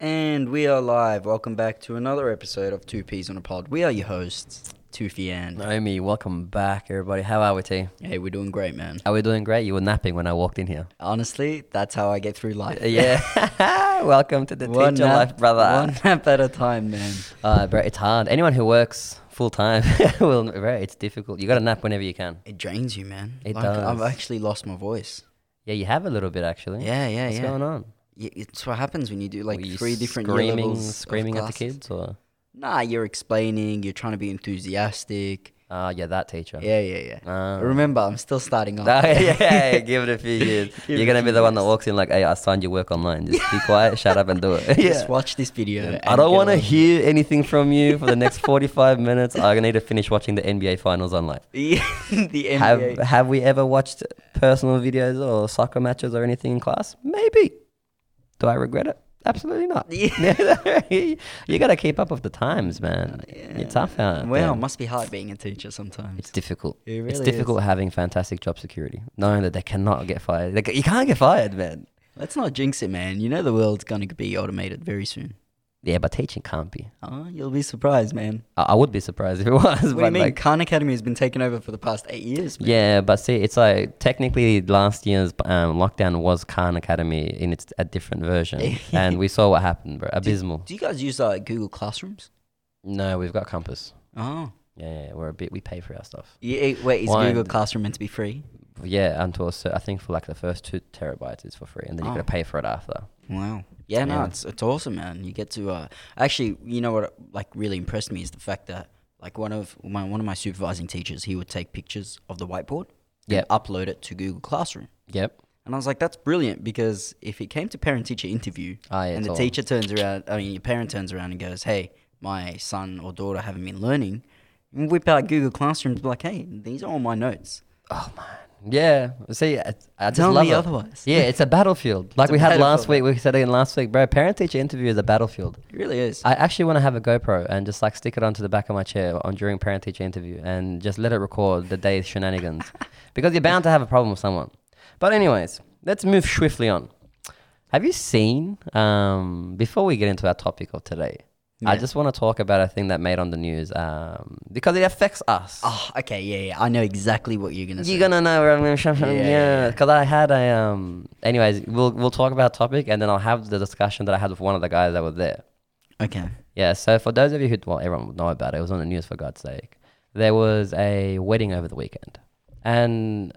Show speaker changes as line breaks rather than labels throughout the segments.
And we are live. Welcome back to another episode of Two Peas on a Pod. We are your hosts, Toofy and.
Naomi, welcome back, everybody. How are we, T?
Hey, we're doing great, man.
Are we doing great? You were napping when I walked in here.
Honestly, that's how I get through life.
Yeah. welcome to the
one
teacher
nap,
life, brother.
One nap at a time, man.
Uh, bro, it's hard. Anyone who works full time, will, bro, it's difficult. You got to nap whenever you can.
It drains you, man.
It
like,
does.
I've actually lost my voice.
Yeah, you have a little bit actually.
Yeah, yeah,
What's
yeah.
going on?
Y- It's what happens when you do like
Were you
three different year
screaming,
levels of
screaming at the
classes.
kids, or
Nah, you're explaining. You're trying to be enthusiastic.
ah, yeah, that teacher.
Yeah, yeah, yeah.
Ah.
Remember, I'm still starting off.
Ah, yeah, give it a few years.
Give
You're
it a
gonna
few
be the one that
years.
walks in like, "Hey, I signed your work online. Just be quiet, shut up, and do it."
Just watch this video.
I
and
don't
get
want to
along.
hear anything from you for the next 45 minutes. I need to finish watching the NBA finals on live.
Yeah, the NBA.
Have Have we ever watched personal videos or soccer matches or anything in class? Maybe. Do I regret it? Absolutely not. you got to keep up with the times, man.
Oh,
It's tough out.
Wow,
there.
must be hard being a teacher sometimes.
It's difficult.
It
it's
really
difficult having fantastic job security, knowing that they cannot get fired. Like, you can't get fired, man.
Let's not jinx it, man. You know the world's going to be automated very soon.
Yeah, but teaching can't be.
Oh, you'll be surprised, man.
I, I would be surprised if it was.
What
but
do you mean?
like,
Khan Academy has been taken over for the past eight years. man.
Yeah, but see, it's like technically last year's um, lockdown was Khan Academy in its a different version, and we saw what happened, bro. Abysmal.
Do you guys use like Google Classrooms?
No, we've got Compass.
Oh.
Yeah, yeah, we're a bit. We pay for our stuff.
You, eh, wait, is
Why?
Google Classroom meant to be free?
Yeah, until a cer- I think for like the first two terabytes, it's for free, and then you
Oh.
gotta pay for it after.
Wow. Yeah, no,
Yeah.
it's it's awesome, man. You get to uh, actually, you know what like really impressed me is the fact that like one of my one of my supervising teachers, he would take pictures of the whiteboard, and
Yep.
upload it to Google Classroom.
Yep.
And I was like, that's brilliant because if it came to parent teacher interview
Ah, yeah,
and
it's
the
all-
teacher turns around, I mean, your parent turns around and goes, hey, my son or daughter haven't been learning, and whip out Google Classroom and be like, hey, these are all my notes.
Yeah. See, I, I just
Tell
love
me
it.
otherwise.
Yeah, it's a battlefield. Like
a
we had last
battlefield.
week. We said it in last week, bro. Parent teacher interview is a battlefield.
It really is.
I actually want to have a GoPro and just like stick it onto the back of my chair on during parent teacher interview and just let it record the day's shenanigans because you're bound to have a problem with someone. But anyways, let's move swiftly on. Have you seen um, before we get into our topic of today? I
Yeah.
just want to talk about a thing that made on the news um, because it affects us.
oh, okay, yeah, yeah. I know exactly what you're going to say.
You're gonna know where I'm gonna shove
Yeah, yeah,
Yeah,
yeah.
because I had a um. Anyways, we'll we'll talk about topic and then I'll have the discussion that I had with one of the guys that were there.
Okay.
Yeah, so for those of you who, well, everyone would know about it, it was on the news for God's sake. There was a wedding over the weekend. And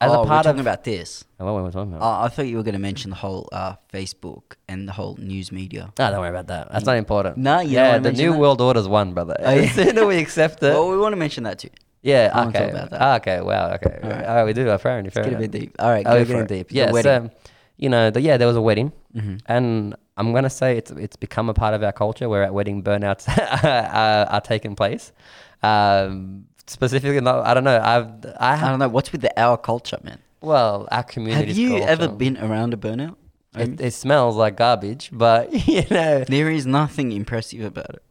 as
oh,
a part
we're
of.
talking about this.
Oh, what were we talking about?
Oh, I thought you were going to mention the whole uh, Facebook and the whole news media.
No, don't worry about that. That's not important.
No, you don't
yeah,
wanna
the
mention
new
that? Oh,
world order's won, brother. the sooner we accept it,
Well, we want to mention that too. I
yeah.
wanna talk
Okay.
about that.
Ah, okay. Wow. Okay. All right. we do. Apparently, fair
Get a
enough.
bit deep. All right,
Oh,
go
we're
for
getting
it.
deep.
The
Yeah.
wedding. Mm-hmm.
So, um, you know, the, yeah, there was a wedding, and I'm gonna say it's it's become a part of our culture where our wedding burnouts are, are taking place. Um, specifically, not, I don't know. I've I
I
have
don't know. What's with the our culture, man?
well, our community.
Um, Have you ever been around a burnout? Um,
It, it smells like garbage, but you know
there is nothing impressive about it.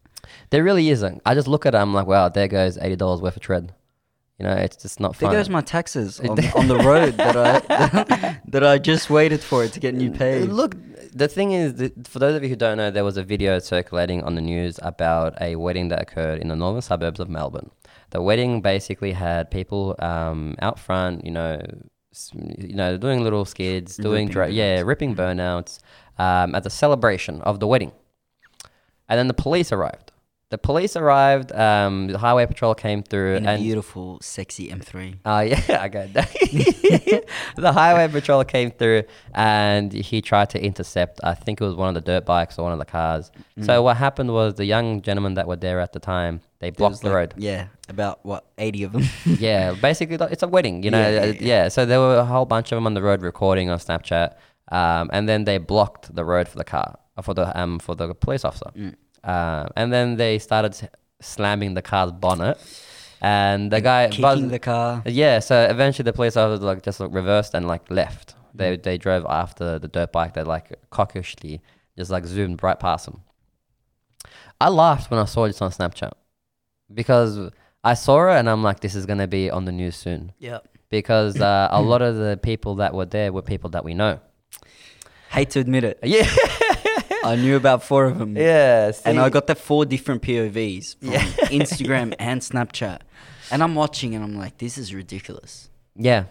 there really isn't. I just look at it. I'm like, wow, there goes eighty dollars worth of tread. You know, it's just not
There
fun.
goes my taxes on, on the road that I that I just waited for it to get new pay.
Look, the thing is, that for those of you who don't know, there was a video circulating on the news about a wedding that occurred in the northern suburbs of Melbourne. The wedding basically had people um, out front, you know, s- you know, doing little skids, doing
Ripping
dra-
burnouts.
yeah, ripping burnouts um, as a celebration of the wedding. And then the police arrived. The police arrived. Um, the highway patrol came through,
In a
and
beautiful, sexy M3.
uh, yeah, I got that. the highway patrol came through and he tried to intercept. I think it was one of the dirt bikes or one of the cars. So what happened was the young gentlemen that were there at the time they blocked
There's
the
like-
road.
Yeah, about what eighty of them.
yeah, basically like, it's a wedding, you know. uh,
Yeah,
Yeah,
yeah,
So there were a whole bunch of them on the road recording on Snapchat, um, and then they blocked the road for the car uh, for the um for the police officer, Um, and then they started s- slamming the car's bonnet. And the guy
Kicking
buzz-
the car.
yeah, so eventually the police officers like just like reversed and like left. They
Mm.
they drove after the dirt bike. They like cockishly just like zoomed right past them. I laughed when I saw this on Snapchat because I saw it and I'm like, this is gonna be on the news soon
Yeah.
because uh, a lot of the people that were there were people that we know.
Hate to admit it.
Yeah,
I knew about four of them.
Yeah.
And
see?
I got the four different POVs from
Yeah.
Instagram and Snapchat. And I'm watching and I'm like, this is ridiculous.
Yeah.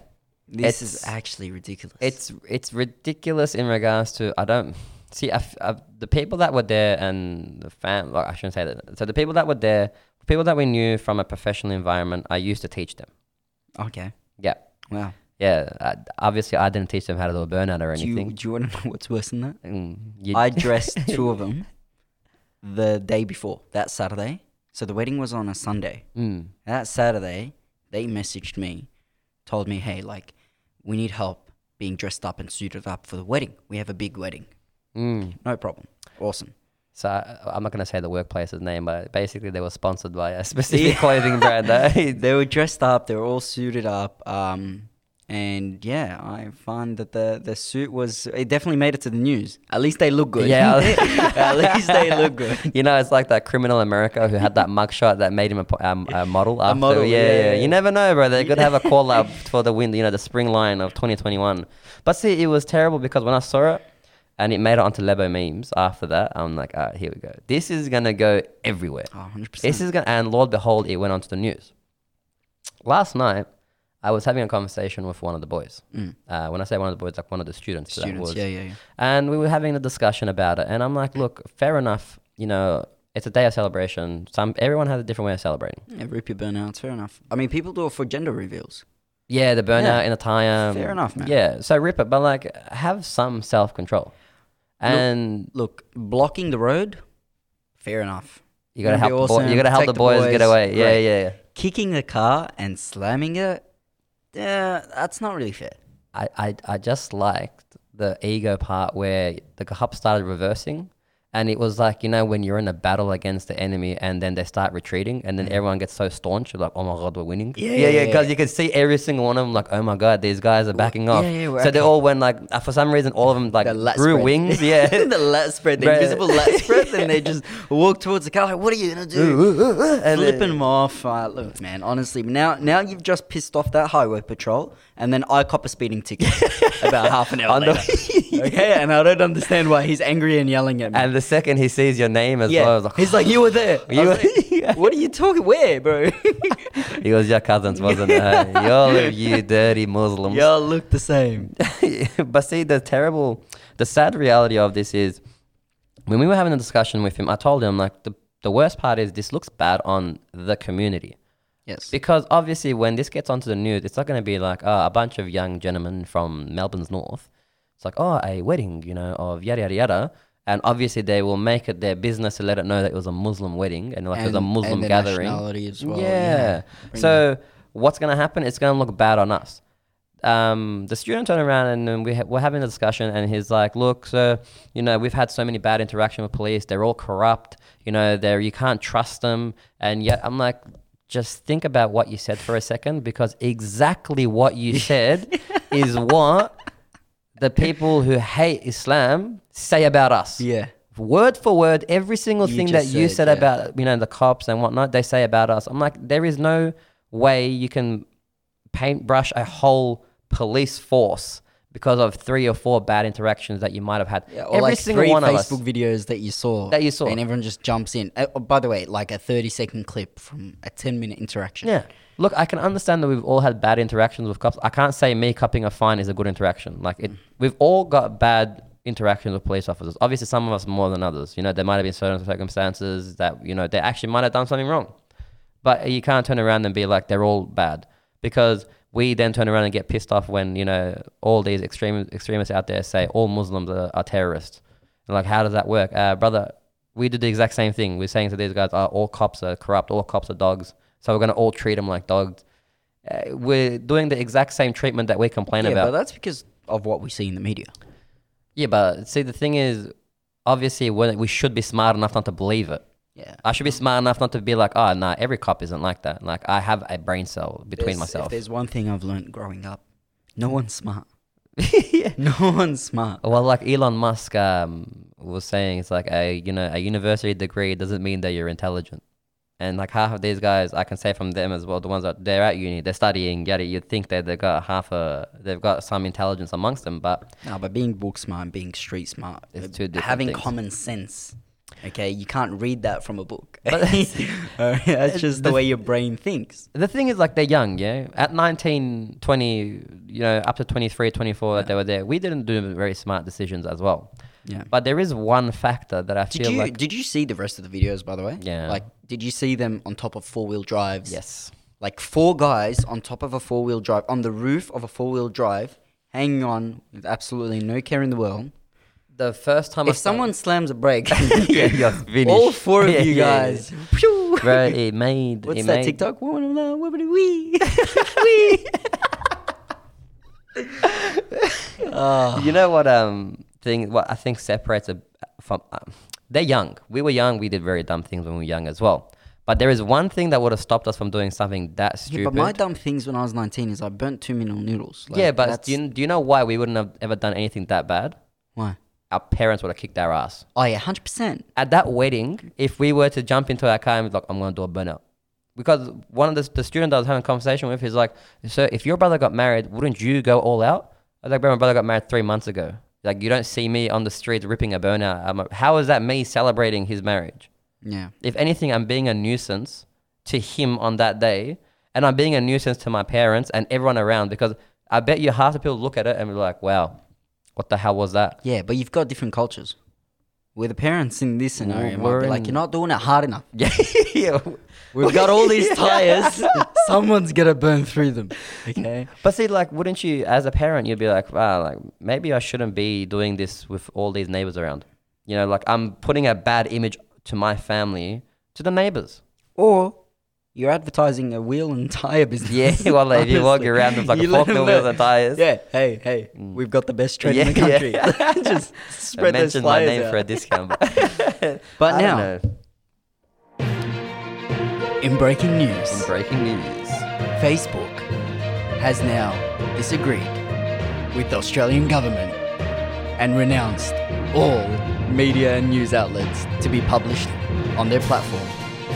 This is
It's-
actually ridiculous.
It's it's ridiculous in regards to I don't see I f I the people that were there and the fam. Well, I shouldn't say that. So the people that were there, people that we knew from a professional environment, I used to teach them.
okay.
Yeah,
Wow.
yeah. I, obviously, I didn't teach them how to do a burnout or
Do you,
anything.
do you want to know what's worse than that?
Mm, you-
I dressed two of them the day before, that Saturday. So the wedding was on a Sunday.
mm,
That Saturday, they messaged me, told me, hey, like, we need help being dressed up and suited up for the wedding. We have a big wedding.
mm.
No problem. Awesome.
So I, I'm not gonna say the workplace's name, but basically they were sponsored by a specific clothing brand. eh?
They were dressed up, they were all suited up. Um, and yeah, I find that the, the suit was, it definitely made it to the news. At least they look good.
Yeah.
At least they look good.
You know, it's like that criminal America who had that mugshot that made him a, po- um, a model. After.
model,
yeah,
yeah,
yeah,
yeah.
You never know, bro. They could have a call up for the win. You know, the spring line of 2021. But see, it was terrible because when I saw it, and it made it onto Lebo memes. After that, I'm like, all right, here we go. This is gonna go everywhere.
Oh, 100%.
This is gonna, and Lord behold, it went onto the news. Last night, I was having a conversation with one of the boys. Uh, when I say one of the boys, like one of the students. that
Mm, Students,
was-
yeah, yeah, yeah.
and we were having a discussion about it, and I'm like, look, fair enough. You know, it's a day of celebration. Some everyone has a different way of celebrating.
Yeah, rip your burnouts, fair enough. I mean, people do it for gender reveals.
Yeah, the
Yeah.
burnout in the tire.
Fair enough, man.
Um, Yeah, so rip it, but like, have some self control, and
Look, blocking the road, fair enough.
you gotta
Gonna be
help. The boy,
awesome,
you gotta help
take
the
the
boys, get
boys,
away. Yeah,
great.
yeah, yeah.
Kicking the car and slamming it, yeah, that's not really fair.
I, I, I just liked the ego part where the hub started reversing. And it was like, you know, when you're in a battle against the enemy and then they start retreating and then everyone gets so staunch, you're like, oh my God, we're winning.
Mm. Yeah,
yeah,
yeah,
yeah.
yeah,
Because you can see every single one of them, like, oh my God, these guys are backing off.
yeah,
so
we're
they all went like, uh, for some reason, all of them like
The lat
grew
spread.
wings. Yeah.
the lat spread, the
Bruh.
invisible lat spread, and they just walk towards the car like, what are you going to do?
and
Flipping
then,
them off. Uh, look, man, honestly, now now you've just pissed off that highway patrol, and then I cop a speeding ticket about half an hour
Under-
later. okay, and I don't understand why he's angry and yelling at me.
and the second he sees your name as
Yeah.
well, like,
He's like, you were there. I
You
was
were-
like,
Yeah.
what are you talking? Where, bro?
he was your cousins, wasn't it? Hey, Y'all, are you dirty Muslims.
Y'all look the same.
but see, the terrible, the sad reality of this is when we were having a discussion with him, I told him, like, the, the worst part is this looks bad on the community.
Yes.
Because obviously, when this gets onto the news, it's not going to be like oh, a bunch of young gentlemen from Melbourne's north. It's like, oh, a wedding, you know, of yada, yada, yada. And obviously, they will make it their business to let it know that it was a Muslim wedding and like it was a Muslim
the
gathering.
nationality as well.
Yeah. So what's going to happen? It's going to look bad on us. Um, the student turned around and then we ha- we're having a discussion, and he's like, "Look, so you know we've had so many bad interaction with police. They're all corrupt. You know, they are you can't trust them." And yet, I'm like, just think about what you said for a second, because exactly what you said is what the people who hate Islam say about us
Yeah.
word for word, every single
You
thing that
just
you said
said, yeah.
about you know the cops and whatnot, they say about us. I'm like, there is no way you can paintbrush a whole police force because of three or four bad interactions that you might have had.
Yeah, or
every
like
single
three
one
Facebook
of us.
videos that you saw.
That you saw.
And everyone just jumps in. Uh, oh, by the way, like a 30 second clip from a 10 minute interaction.
Yeah. Look, I can understand that we've all had bad interactions with cops. I can't say me cupping a fine is a good interaction. Like it,
Mm-hmm.
we've all got bad interactions with police officers. Obviously, some of us more than others. You know, there might have been certain circumstances that you know they actually might have done something wrong, but you can't turn around and be like they're all bad because we then turn around and get pissed off when you know all these extreme extremists out there say all Muslims are, are terrorists. And, like, how does that work, uh, brother? We did the exact same thing. We're saying to these guys, oh, all cops are corrupt, all cops are dogs, so we're gonna all treat them like dogs. Uh, we're doing the exact same treatment that we complain
Yeah,
about.
but that's because of what we see in the media.
Yeah, but see, the thing is, obviously, when we should be smart enough not to believe it.
Yeah.
I should be smart enough not to be like, oh, nah, every cop isn't like that. Like, I have a brain cell between
There's- If
myself.
there's one thing I've learned growing up, no one's smart. No one's smart.
Well, like Elon Musk um, was saying, it's like a you know a university degree doesn't mean that you're intelligent. And like half of these guys, I can say from them as well, the ones that they're at uni, they're studying, yada. You'd think that they've got half a, they've got some intelligence amongst them, but
No, but being book smart and being street smart,
It's
uh,
two different
having
things.
common sense. Okay, you can't read that from a book.
But-
Uh, that's just the way your brain thinks.
the thing is like they're young yeah at 19 20 you know up to 23 24 that they were there we didn't do very smart decisions as well
Yeah.
but there is one factor that i
Did
feel
you
like
did you see the rest of the videos by the way?
Yeah.
Like, did you see them on top of four wheel drives?
yes
Like four guys on top of a four wheel drive on the roof of a four wheel drive, hanging on with absolutely no care in the world.
the first time I
If someone slams a brake,
Yeah, you're finished.
all four of
Yeah,
you
yeah, yeah.
guys. phew.
started, bro, it made
What's
it
that
made,
TikTok? Woman, woman, wee, wee.
you know what um thing what i think separates a from um, they're young we were young we did very dumb things when we were young as well but there is one thing that would have stopped us from doing something that stupid
Yeah, but my dumb things when I was 19 is I burnt two mineral noodles. Like,
yeah but
that's-
do you, do you know why we wouldn't have ever done anything that bad
why?
our parents would have kicked our ass.
Oh, yeah, 100%.
At that wedding, if we were to jump into our car and be like, I'm going to do a burnout. Because one of the, the students I was having a conversation with is like, So if your brother got married, wouldn't you go all out? I was like, Bro, my brother got married three months ago. Like, you don't see me on the streets ripping a burnout. I'm like, How is that me celebrating his marriage?
Yeah.
If anything, I'm being a nuisance to him on that day. And I'm being a nuisance to my parents and everyone around because I bet you half the people look at it and be like, Wow, what the hell was that?
Yeah, but you've got different cultures. Where the parents in this scenario might
We're
be like,
in-
you're not doing it hard enough.
Yeah. yeah.
We've got all these tires. Someone's going to burn through them. Okay.
But see, like, wouldn't you, as a parent, you'd be like, wow, like, maybe I shouldn't be doing this with all these neighbors around. You know, like, I'm putting a bad image to my family, to the neighbors.
Or you're advertising a wheel and tire business.
Yeah, well, if you walk
honestly.
around with, like, a
You let
fork
them
wheels
know.
and tires. Mm.
Yeah, hey, hey, we've got the best trade in the
Yeah, yeah.
country. Just spread those
mention my
flyers
name
out.
for a discount. But,
But
I don't
now,
know.
in breaking news.
In breaking news.
Facebook has now disagreed with the Australian government and renounced all media and news outlets to be published on their platform.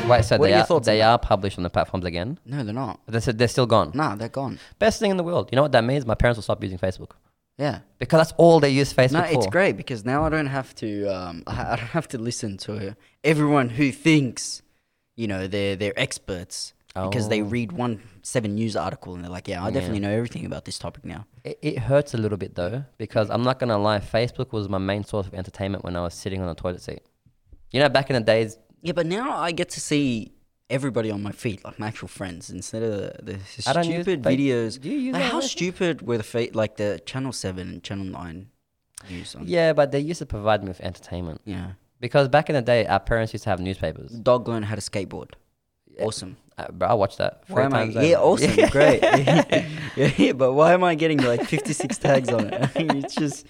Wait, so
What are
they
your
are,
thoughts on
they
that?
are published on the platforms again.
No, they're not.
They said they're still gone.
Nah, they're gone.
Best thing in the world. You know what that means? My parents will stop using Facebook.
Yeah.
Because that's all they use Facebook
No,
for.
it's great because now I don't have to. Um, I I don't have to listen to everyone who thinks, you know, they're they're experts because they
Oh.
read one seven news article and they're like, yeah, I definitely know everything about this topic now.
It, it hurts a little bit though, because I'm not gonna lie, Facebook was my main source of entertainment when I was sitting on a toilet seat. You know, back in the days,
Yeah, but now I get to see everybody on my feed, like my actual friends, instead of the, the
I don't use
stupid
Fa-
videos.
Do you use
Like,
that
how
on Facebook?
stupid were the fa- like the Channel Seven and Channel Nine news? On? Yeah.
yeah, but they used to provide me with entertainment
yeah,
because back in the day, our parents used to have newspapers.
dog learned how to skateboard. Awesome.
Uh, bro, I watched that.
Why
three
am I?
times
Yeah,
over.
awesome, great. yeah, yeah, but why am I getting like fifty-six tags on it? it's just,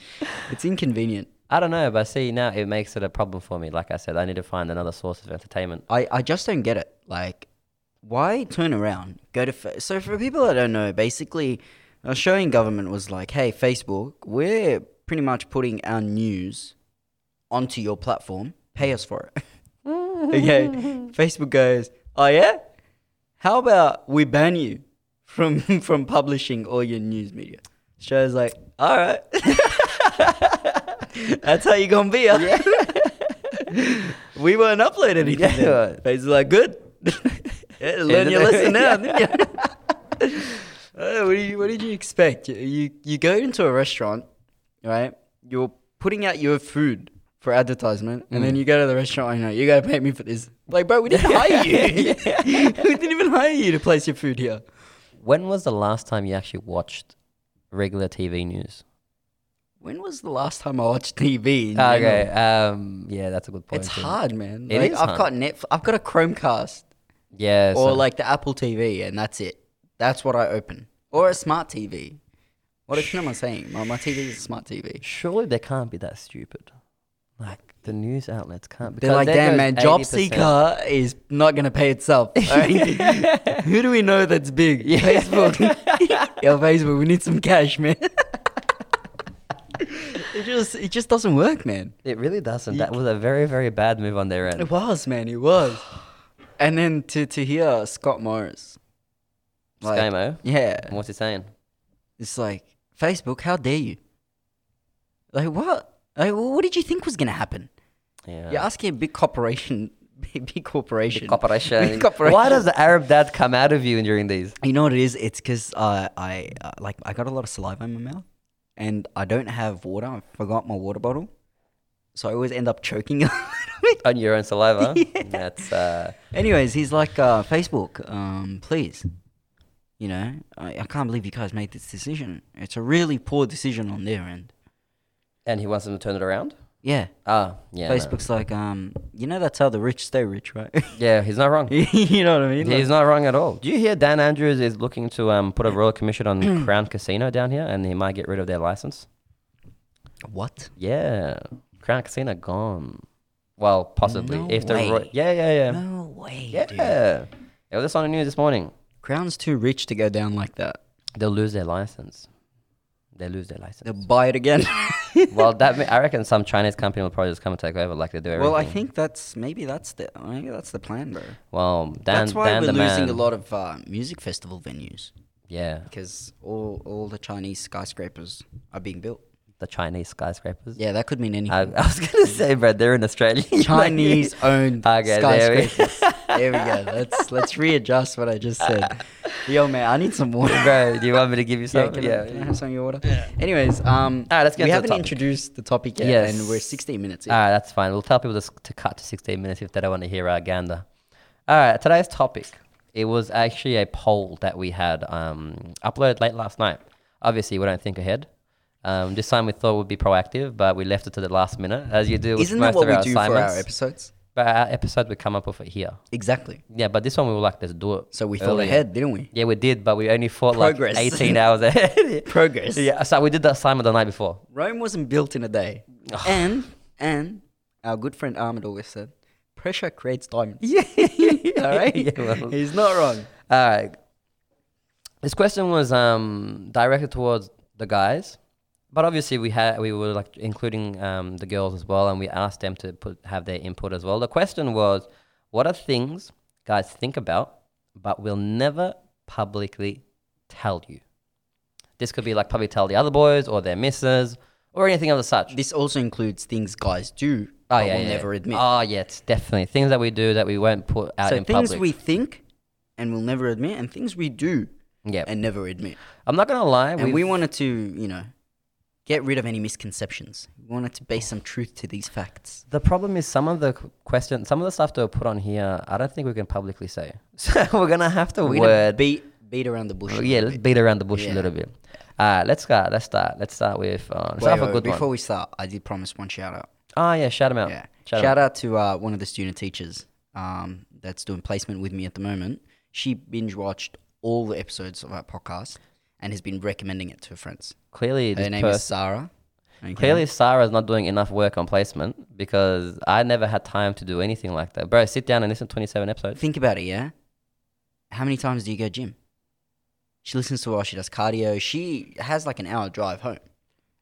it's inconvenient.
I don't know, but see now it makes it a problem for me. Like I said, I need to find another source of entertainment.
I, I just don't get it. Like, why turn around? Go to fa- so for people that don't know, basically, the Australian government was like, "Hey, Facebook, we're pretty much putting our news onto your platform. Pay us for it." okay, Facebook goes, "Oh yeah, how about we ban you from from publishing all your news media?" Australia's like, "All right." That's how you gonna be, huh? we weren't uploading anything.
Yeah.
then. Facebook's like, good. Yeah, learn your lesson now. didn't you? Uh, what, did you, what did you expect? You- You you go into a restaurant, right? You're putting out your food for advertisement, and
Mm.
then you go to the restaurant. I know you gotta pay me for this. Like, bro, we didn't hire you. we didn't even hire you to place your food here.
When was the last time you actually watched regular TV news?
When was the last time I watched TV? in
Okay,
general?
um, yeah, that's a good point.
it's
too.
hard, man.
It
like,
is
I've got Netflix. I've got a Chromecast.
Yeah,
or
so-
like the Apple TV, and that's it. That's what I open, or a smart TV. What the am I saying? My, my TV is a smart TV.
surely they can't be that stupid. Like the news outlets can't.
They're like,
there
damn
goes
man, job
80%."
seeker is not gonna pay itself. alright? Who do we know that's big? Facebook. Yo, Facebook, we need some cash, man. it just it just doesn't work, man.
It really doesn't. That was a very very bad move on their end.
It was, man. It was. and then to to hear Scott Morris, like,
ScoMo.
yeah,
What's he saying?
it's like Facebook. How dare you? Like what? Like wh- what did you think was gonna happen?
Yeah.
You're asking a big corporation, big, big corporation,
Big corporation.
Big corporation.
Why does the Arab dad come out of you during these?
You know what it is? It's because uh, I uh, like I got a lot of saliva in my mouth, and I don't have water. I forgot my water bottle, so I always end up choking a little bit.
On your own saliva. That's uh,
Anyways, he's like uh, Facebook. Um, please, you know, I, I can't believe you guys made this decision. It's a really poor decision on their end.
and he wants them to turn it around.
Yeah,
Ah, yeah. no.
Facebook's like, um, you know, that's how the rich stay rich, right?
Yeah, he's not wrong.
you know what I mean? Like-
He's not wrong at all. Do you hear Dan Andrews is looking to um, put a royal commission on Crown Casino down here, and he might get rid of their license?
what?
Yeah, Crown Casino gone. Well, possibly
No
if the
way.
Roy- yeah yeah yeah
No way, dude.
yeah. It was this on the news this morning.
Crown's too rich to go down like that.
They'll lose their license. They lose their license.
They'll buy it again.
well, that may- I reckon some Chinese company will probably just come and take over, like they do everything.
Well, I think that's maybe that's the maybe that's the plan, bro.
Well, Dan,
that's why
Dan
we're
the
losing
man-
a lot of uh, music festival venues
Yeah,
because all all the Chinese skyscrapers are being built.
the Chinese skyscrapers.
Yeah, that could mean anything.
I, I was gonna say, bro, they're in Australia.
Chinese owned
Okay, there we-
skyscrapers. There we, go. Let's let's readjust what I just said. Yo, man, I need some water.
bro. Do you want me to give you
Yeah,
some?
can, I, can I
yeah.
have some of your water? Anyways, um,
All right, let's get
we
to the
haven't
topic.
introduced the topic yet,
Yes.
and we're 16 minutes in.
All right, Ah, that's fine. We'll tell people to, s- to cut to 16 minutes if they don't want to hear our gander. All right, today's topic. It was actually a poll that we had um, uploaded late last night. Obviously, we don't think ahead. Um, this time we thought we'd be proactive, but we left it to the last minute, as you do with
Isn't
most
that what
of
we
our
do
assignments.
for our episodes?
but our episode we come up with it here.
Exactly.
Yeah, but this one we were like, let's do it.
So we thought
earlier.
ahead, didn't we?
Yeah, we did, but we only thought
Progress.
like 18 hours ahead.
Progress.
yeah, so we did the assignment the night before.
Rome wasn't built in a day. And and our good friend Ahmed always said, pressure creates diamonds. Yeah. All right.
Yeah, well-
He's not wrong.
All right. This question was um, directed towards the guys, but obviously we had we were like including um, the girls as well, and we asked them to put have their input as well. The question was, what are things guys think about but will never publicly tell you? This could be like probably tell the other boys or their missus or anything of the such.
This also includes things guys do
Oh
but
yeah,
will
yeah.
never admit.
Oh yes, definitely things that we do that we won't put out
Uh, so
in
things
public.
we think and will never admit and things we do
yeah,
and never admit.
I'm not gonna lie.
And
we've-
we wanted to, you know, get rid of any misconceptions. We wanted to base some truth to these facts.
The problem is some of the q- question, some of the stuff that were put on here, I don't think we can publicly say. So we're gonna have to
We're gonna
word.
beat beat around the bush. a
yeah,
little
let's beat around the bush
Yeah.
a little bit. All right, let's start. Let's start. Let's start with. Uh, let's
Wait,
start
wait,
with a good
before
one.
we start, I did promise one shout out.
Ah, yeah, shout him out.
Yeah.
Shout,
Shout,
'em out.
out to uh, one of the student teachers um, that's doing placement with me at the moment. She binge watched all the episodes of our podcast and has been recommending it to her friends.
Clearly,
Her
this
name
pers-
is Sarah. Okay.
clearly Sarah's not doing enough work on placement because I never had time to do anything like that. Bro, sit down and listen to 27 episodes.
Think about it, yeah? How many times do you go gym? She listens to it while she does cardio. She has like an hour drive home.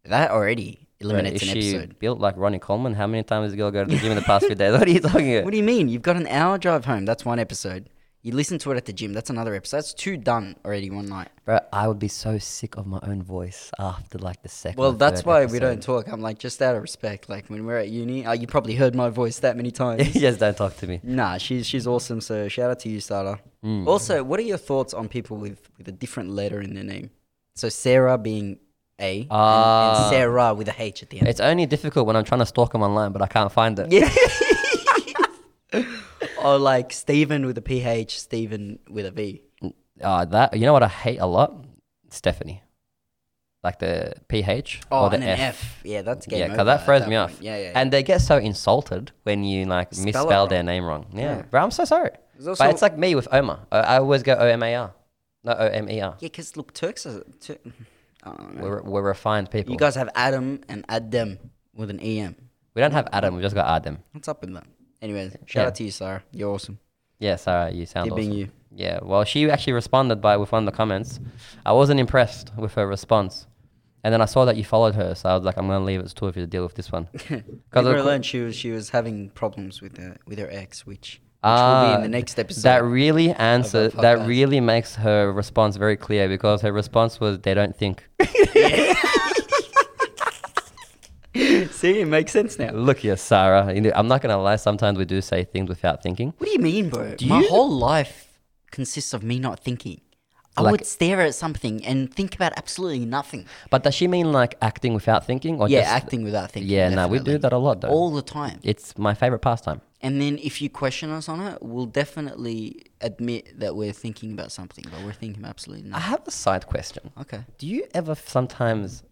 That already
Bro,
eliminates
is
an
she
episode.
built like Ronnie Coleman? How many times did girl go to the gym in the past few days? What are you talking about?
What do you mean? You've got an hour drive home. That's one episode. You listen to it at the gym. That's another episode. That's two done already one night.
Bro, I would be so sick of my own voice after like the second.
Well,
or
that's
third
why we
episode.
don't talk. I'm like, just out of respect. Like when we're at uni, uh, you probably heard my voice that many times.
yes, don't talk to me.
nah, she's she's awesome. So shout out to you, Sarah.
Mm.
Also, what are your thoughts on people with with a different letter in their name? So Sarah being A and- and,
Ah.
Sarah with a H at the end.
It's only difficult when I'm trying to stalk him online, but I can't find it.
Yeah. or like Stephen with a PH, Stephen with a V.
Uh, that you know what I hate a lot? Stephanie, like the PH
Oh,
or the
and
F.
an F. Yeah, that's game
Yeah,
over
because that
at
throws me
point.
off.
Yeah, yeah. yeah.
And they get so insulted when you like
Spell it
misspell their name wrong. Yeah, bro, I'm so sorry.
There's also-
but it's like me with Omar. I- I always go O M A R, not O M E R.
yeah, because look, Turks are. Tur- I don't know.
We're, we're refined people.
Mm. You guys have Adam and Adam with an EM.
we don't have Adam. We just got Adam.
What's up with that? Anyways, shout
Yeah.
out to you, Sarah. You're awesome.
Yeah, Sarah, you sound
Keep
awesome.
being you.
Yeah, well, she actually responded by with one of the comments. I wasn't impressed with her response, and then I saw that you followed her, so I was like, I'm gonna leave it to two of you to deal with this one.
Leave
of
her
cour-
alone. She was she was having problems with her with her ex, which will be in
Ah,
the next episode.
That really answers. That
podcast.
really makes her response very clear because her response was, "They don't think."
See, it makes sense now.
Look here, Sarah. You know, I'm not gonna lie. Sometimes we do say things without thinking.
What do you mean, bro?
Do
My
you-
whole life consists of me not thinking. I
Like-
would stare at something and think about absolutely nothing.
But does she mean like acting without thinking, or
yeah,
just,
acting without thinking.
Yeah, no, we do
definitely.
that a lot though.
all the time.
It's my favorite pastime.
And then if you question us on it, we'll definitely admit that we're thinking about something, but we're thinking absolutely
I
nothing.
have a side question.
Okay.
Do you ever f- sometimes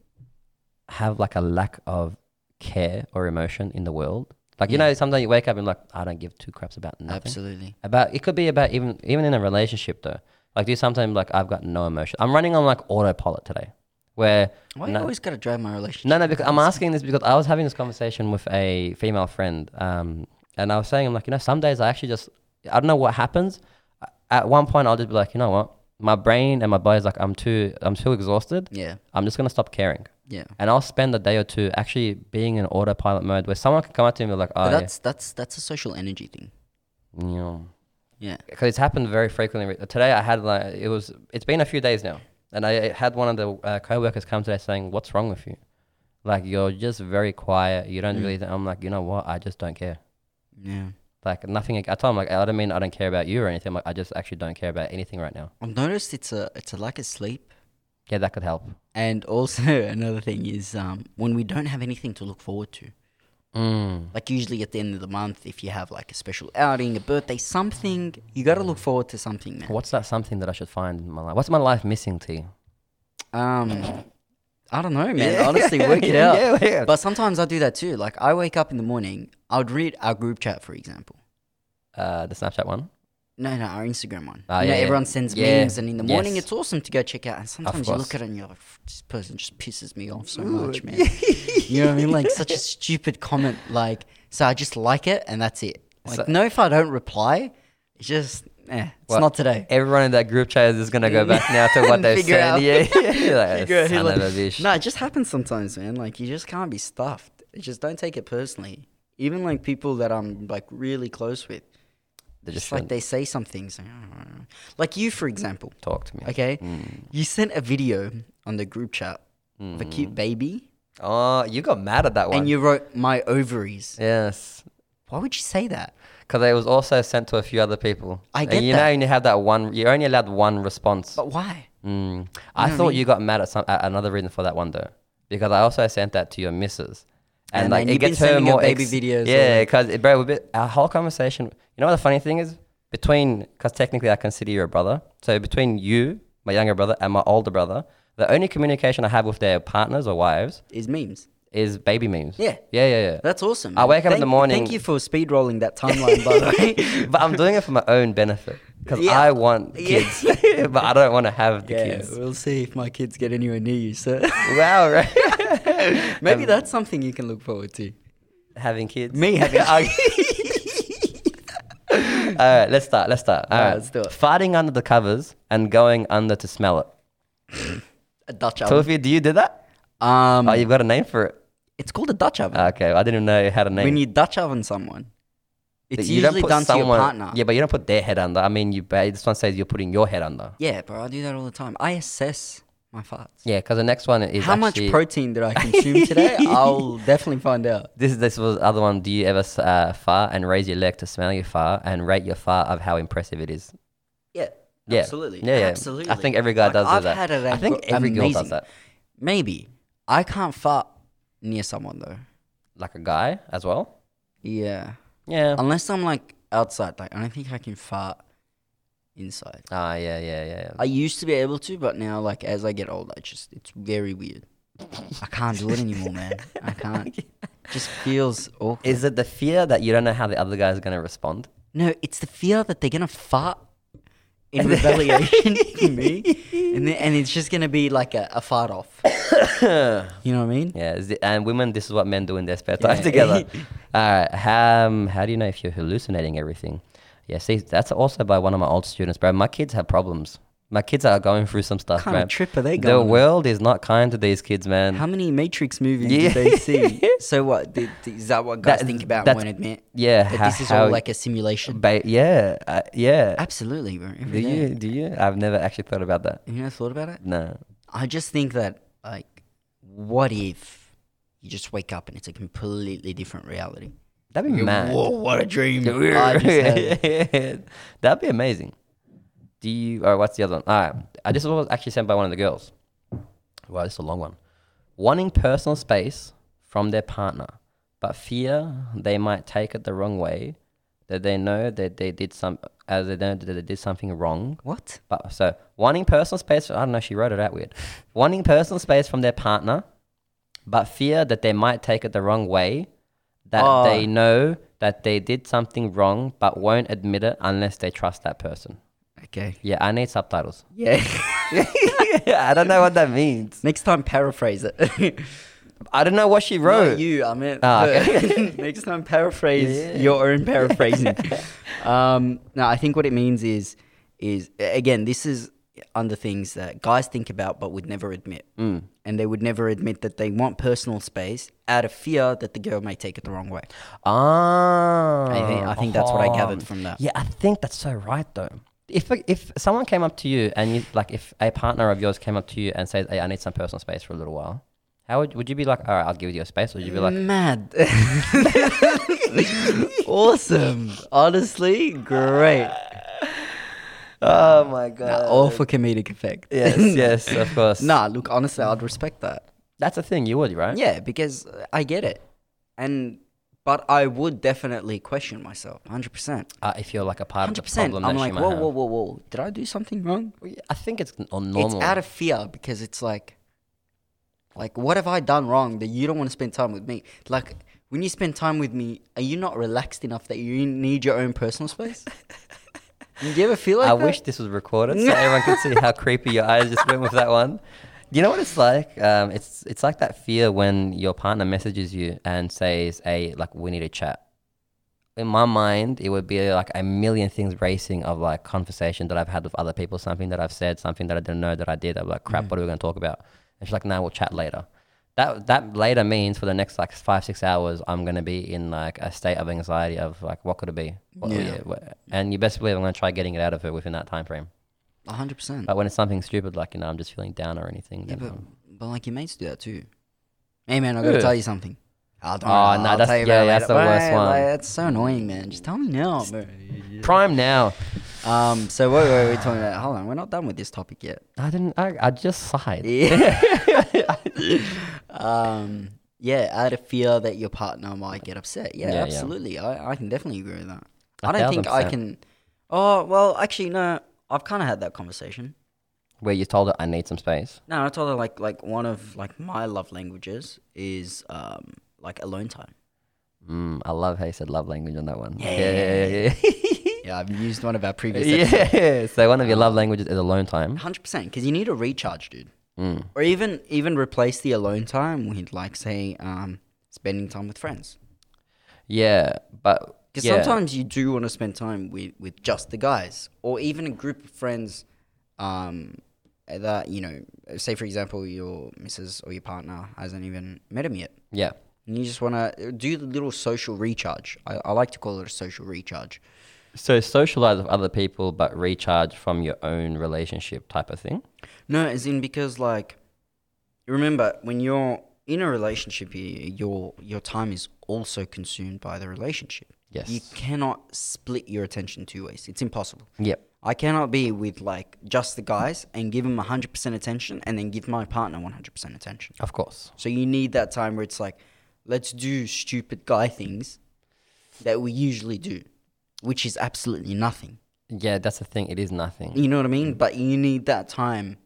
have like a lack of care or emotion in the world? Like you know, sometimes you wake up and like, I don't give two craps about nothing.
Absolutely.
About it could be about even even in a relationship though. Like do you sometimes like I've got no emotion. I'm running on like autopilot today, where
Why you
no-
always got to drive my relationship?
No, no, because I'm asking this because I was having this conversation with a female friend, um, and I was saying, I'm like, you know, some days I actually just, I don't know what happens. At one point, I'll just be like, you know what, my brain and my body's like, I'm too, I'm too exhausted.
Yeah.
I'm just gonna stop caring,
Yeah.
and I'll spend a day or two actually being in autopilot mode where someone can come up to me and be like,
But
oh,
that's that's that's a social energy thing.
yeah, you know,
Yeah.
because it's happened very frequently. Today I had like it was it's been a few days now, and I had one of the uh, coworkers come today saying, "What's wrong with you? Like you're just very quiet. You don't really." Think. I'm like, you know what? I just don't care.
Yeah.
Like nothing. I told him like I don't mean I don't care about you or anything. Like I just actually don't care about anything right now.
I've noticed it's a it's a lack of sleep,
Yeah, that could help.
and also another thing is um, when we don't have anything to look forward to.
Mm.
Like usually at the end of the month, if you have like a special outing, a birthday, something, you got to look forward to something, man.
What's that something that I should find in my life? What's my life missing to? you?
Um, I don't know, man. Honestly, work it out.
Yeah, yeah.
But sometimes I do that too. Like I wake up in the morning, I would read our group chat, for example.
Uh, the Snapchat one.
No, no, our Instagram one.
Ah,
you know,
yeah, yeah.
everyone sends
Yeah.
memes, and in the morning
Yes.
it's awesome to go check out. And sometimes you
course.
look at it and you're like, "F- this person just pisses me off so much, man. you know what I mean? Like such a stupid comment. Like, so I just like it, and that's it. Like,
So-
no, if I don't reply, it's just, eh, it's
Well,
not today.
Everyone in that group chat is just gonna go back now to what
And
they
figure
said.
out-
Yeah, yeah. Like,
Figure out who
son
like-
of a bitch.
No, it just happens sometimes, man. Like you just can't be stuffed. Just don't take it personally. Even like people that I'm like really close with,
They
just
just
like
like
they say some things. like, "Oh." Like you, for example.
talk to me.
Okay,
Mm.
you sent a video on the group chat of a cute baby,
Oh, you got mad at that one.
and you wrote my ovaries.
yes,
Why would you say that?
because it was also sent to a few other people.
I
And
get
you
that.
know, you have that one. You're only allowed one response.
But why?
Mm. I thought you got mad at some at another reason for that one though, because I also sent that to your missus, and,
And
like
then
it
you've been
gets her
sending her
more
baby
ex-
videos
Yeah,
all
because bro, we've been- our whole conversation. You know what the funny thing is between because technically I consider you a brother, so between you, my younger brother, and my older brother, the only communication I have with their partners or wives
Is memes.
is baby memes.
Yeah.
yeah, yeah, yeah.
That's awesome.
I
man.
wake up in
Thank-
the morning-
Thank you for speed rolling that timeline, by the way.
but I'm doing it for my own benefit because
Yeah.
I want
Yeah.
kids, but I don't want to have the
Yeah,
kids.
we'll see if my kids get anywhere near you, sir.
Wow, right?
Maybe that's something you can look forward to.
having kids.
Me having.
All right, let's start. Let's start. All
All right,
right.
let's do it.
Farting under the covers and going under to smell it.
a Dutch oven.
Tofi, do you do that?
Um,
Oh, you've got a name for it. Ah,
it's called a Dutch oven.
Okay, I didn't even know you had a Uh, name.
when you Dutch oven someone, it's
You don't
usually
put
done to your
someone-
partner.
Yeah, but you don't put their head under. I mean, you. ba- This one says you're putting your head under.
Yeah, bro, I do that all the time. I assess my farts.
Yeah, because the next one is
How
actually,
much protein did I consume today? I'll definitely find out.
This this was the other one. Do you ever uh, fart and raise your leg to smell your fart and rate your fart of how impressive it is?
Yeah.
Yeah.
Absolutely.
Yeah, yeah.
Absolutely.
I think every guy
Like,
does do
I've
that.
Had it
I
at
think
gr-
every girl does
amazing.
that.
Maybe. I can't fart near someone though.
Like a guy as well.
Yeah.
Yeah.
Unless I'm like outside, like I don't think I can fart inside.
Ah, yeah, yeah, yeah. yeah.
I used to be able to, but now like as I get older, I just it's very weird. I can't do it anymore, man. I can't. Just feels awkward.
Is it the fear that you don't know how the other guy is going to respond?
no, it's the fear that they're gonna fart in retaliation to me, and then, and it's just gonna be like a, a fart off. you know what I mean?
Yeah, is it- and women, this is what men do in their spare time together. All right, um, how do you know if you're hallucinating everything? Yeah, see, that's also by one of my old students, bro. My kids have problems. My kids are going through some stuff,
kind
man.
of trip are they
The
going? on?
world is not kind to these kids, man.
How many Matrix movies
Yeah.
did they see? so what? Did, is that what guys
That-
think about
that's-
when admit
yeah,
that
ho-
this is
how-
all like a simulation?
ba- yeah, uh, yeah.
Absolutely, bro.
Do
Every day.
you? Do you? I've never actually thought about that.
You never thought about it?
No.
I just think that like, what if you just wake up and it's a completely different reality?
That'd be mad.
Whoa, what a dream! I just had.
That'd be amazing. Do you? Or what's the other one? All right, I just was actually sent by one of the girls. Wow, this is a long one. Wanting personal space from their partner, but fear they might take it the wrong way. That they know that they did some, as they know that they did something wrong.
What?
But so wanting personal space. I don't know. She wrote it out weird. wanting personal space from their partner, but fear that they might take it the wrong way. That
Oh.
they know that they did something wrong, but won't admit it unless they trust that person.
Okay.
Yeah, I need subtitles.
Yeah.
I don't know what that means.
Next time, paraphrase it.
I don't know what she
Not
wrote.
you, I meant.
Ah,
her. Next time, paraphrase
Yeah.
your own paraphrasing. um, no, I think what it means is, is again, this is under things that guys think about but would never admit, mm. and they would never admit that they want personal space out of fear that the girl may take it the wrong way.
Ah,
I think- I think that's what I
uh-huh.
gathered from that.
Yeah, I think that's so right though. If if someone came up to you and you like, if a partner of yours came up to you and said, "Hey, I need some personal space for a little while," how would would you be like? All right, I'll give you your space. Or would you be like,
Mad. awesome. Honestly, great.
"Oh my god."
Nah, all for comedic effect.
yes, yes, of course.
Nah, look, honestly, I'd respect that.
that's a thing. You would, right?
Yeah, because uh, I get it, and but I would definitely question myself, hundred percent,
Uh, if you're like a part
hundred
of the
percent.
problem that
I'm
she
like,
might
whoa,
have.
whoa, whoa, whoa! Did I do something wrong?
I think it's n- on normal.
It's out of fear because it's like, like, what have I done wrong that you don't want to spend time with me? Like, when you spend time with me, are you not relaxed enough that you need your own personal space? Do you ever feel like
I
that?
wish this was recorded so everyone could see how creepy your eyes just went with that one. You know what it's like? Um, it's it's like that fear when your partner messages you and says, "Hey, like we need to chat." In my mind, it would be like a million things racing of like conversation that I've had with other people, something that I've said, something that I didn't know that I did. I'm like, "Crap, what are we going to talk about?" And she's like, "No, we'll chat later." That that later means for the next like five six hours, I'm going to be in like a state of anxiety of like, what could it be? What,
Yeah.
wh- and you best believe I'm going to try getting it out of her within that time frame.
hundred percent.
But when it's something stupid, like you know, I'm just feeling down or anything.
Mm. Yeah,
then
but,
I'm-
but like your mates do that too. Hey man, I gotta
Yeah.
tell you something. Oh, don't
Oh, no, that's- yeah, that's the worst one.
that's so annoying, man. Just tell me now. bro.
prime now.
Um, so what were we talking about? Hold on, we're not done with this topic yet.
I didn't. I, I just sighed.
Yeah. um, yeah, out of fear that your partner might get upset. Yeah,
Yeah, yeah.
absolutely. I, I can definitely agree with that.
A
I I don't
thousand
think I
percent.
can. Oh well, actually, no. I've kind of had that conversation.
Where you told her I need some space.
No, I told her like like one of like my love languages is um like alone time.
Mm, I love how you said love language on that one.
Yeah.
yeah, yeah. yeah.
Yeah, I've used one of our previous
yeah. So one of your love languages is alone time.
Hundred percent, because you need a recharge, dude.
Mm.
Or even even replace the alone time with like say um spending time with friends.
Yeah, but
Because
yeah.
sometimes you do want to spend time with with just the guys, or even a group of friends. Um, that you know, say for example, your missus or your partner hasn't even met him yet.
yeah,
And you just want to do the little social recharge. I, I like to call it a social recharge.
so socialize with other people, but recharge from your own relationship type of thing.
No, as in because like, remember when you're in a relationship, y- your your time is also consumed by the relationship.
Yes.
you cannot split your attention two ways. It's impossible.
Yep.
I cannot be with like just the guys and give them hundred percent attention, and then give my partner one hundred percent attention.
Of course.
So you need that time where it's like, let's do stupid guy things that we usually do, which is absolutely nothing.
Yeah, that's the thing. It is nothing.
You know what I mean? But you need that time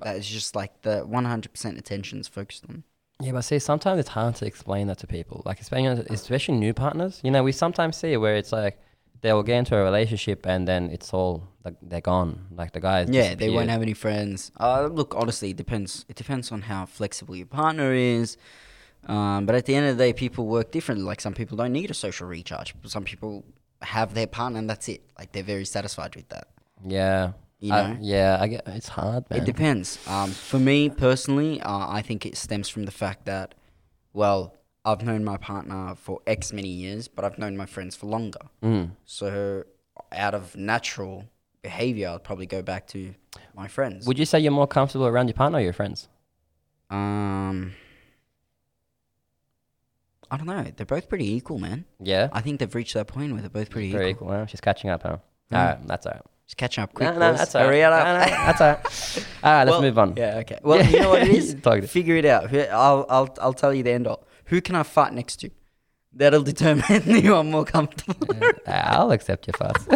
that is just like the 100% attention's focused on.
Yeah, but see, sometimes it's hard to explain that to people. Like, especially, especially new partners. You know, we sometimes see where it's like they will get into a relationship and then it's all like they're gone. Like the guys.
Yeah, they won't have any friends. Uh, look, honestly, it depends. It depends on how flexible your partner is. Um, but at the end of the day, people work differently. Like some people don't need a social recharge. Some people have their partner and that's it. Like they're very satisfied with that.
Yeah,
You know,
I- yeah, I get it's hard, man.
It depends. Um, for me personally, uh, I think it stems from the fact that, well, I've known my partner for X many years, but I've known my friends for longer.
Mm.
So, out of natural behavior, I'll probably go back to my friends.
Would you say you're more comfortable around your partner or your friends?
um, I don't know. They're both pretty equal, man.
Yeah,
I think they've reached that point where they're both pretty
very
equal.
equal. Wow, she's catching up, huh?
Mm.
All right, that's all right.
Just catch up quick.
no, no,
boys.
that's all right.
Hurry it up.
No, no, that's all right. All right, let's
Well,
move on.
Yeah, okay. Well, you know what it is?
Talk to-
Figure it out. Who- I'll, I'll, I'll tell you the end all. Who can I fight next to? That'll determine who I'm more comfortable.
I'll accept your thoughts.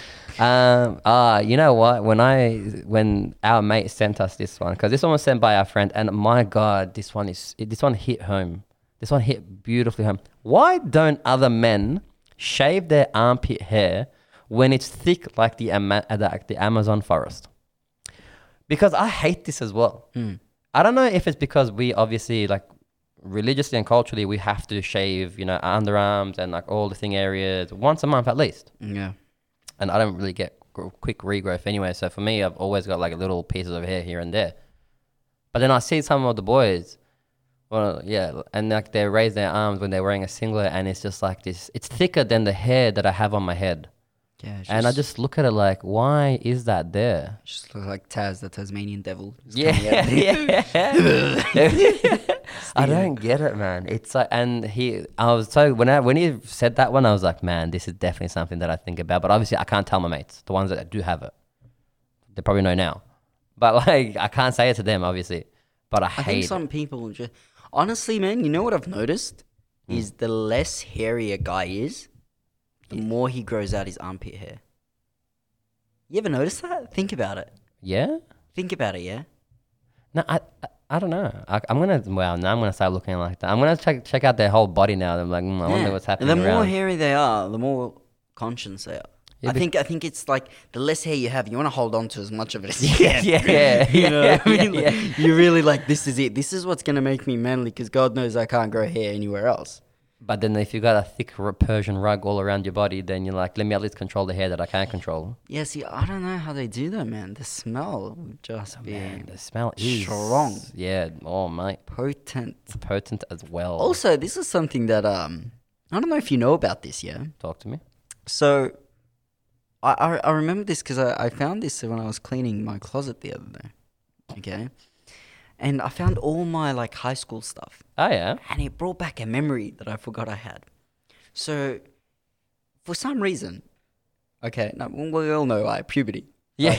um, ah, you know what? When I when our mate sent us this one, because this one was sent by our friend, and my God, this one is this one hit home. This one hit beautifully home. Why don't other men shave their armpit hair when it's thick like the Ama- uh, like the Amazon forest? Because I hate this as well. I don't know if it's because we obviously like religiously and culturally we have to shave, you know, our underarms and like all the thing areas once a month at least.
yeah.
And I don't really get gr- quick regrowth anyway. So for me, I've always got like little pieces of hair here and there. But then I see some of the boys, well, yeah, and like they raise their arms when they're wearing a singlet, and it's just like this. It's thicker than the hair that I have on my head,
Yeah.
and I just look at it like, why is that there?
Just look like Taz, the Tasmanian devil. Just coming out
Yeah,
of the-
yeah. I don't get it, man. It's like, and he, I was so when I when he said that one, I was like, man, this is definitely something that I think about. But obviously, I can't tell my mates, the ones that do have it. They probably know now, but like, I can't say it to them, obviously. But I,
I
hate.
think
it.
some people just. Honestly, man, you know what I've noticed?
Hmm.
Is the less hairy a guy is, the more he grows out his armpit hair. You ever notice that? Think about it.
yeah.
Think about it, yeah?
No, I, I, I don't know. I, I'm gonna. Well, now I'm gonna start looking like that. I'm gonna check check out their whole body now. I'm like, mm, I wonder
Yeah.
what's
And
happening.
The more
around.
hairy they are, the more conscious they are.
Yeah,
I
bec-
think I think it's like the less hair you have, you want to hold on to as much of it as you can.
yeah,
you know what I
yeah,
mean. Like, You're really like this is it. This is what's gonna make me manly because God knows I can't grow hair anywhere else.
But then if you got a thick r- Persian rug all around your body, then you're like, let me at least control the hair that I can't control.
Yeah, see, I don't know how they do that, man. The smell would just be
Oh, Man, the smell is
Strong.
Yeah. Oh mate,
potent.
it's potent as well.
Also, this is something that um I don't know if you know about this, yeah.
Talk to me.
So I I, I remember this because I, I found this when I was cleaning my closet the other day. Okay. And I found all my like high school stuff.
Oh yeah.
And it brought back a memory that I forgot I had. So for some reason, okay, now we we all know like puberty.
Yeah.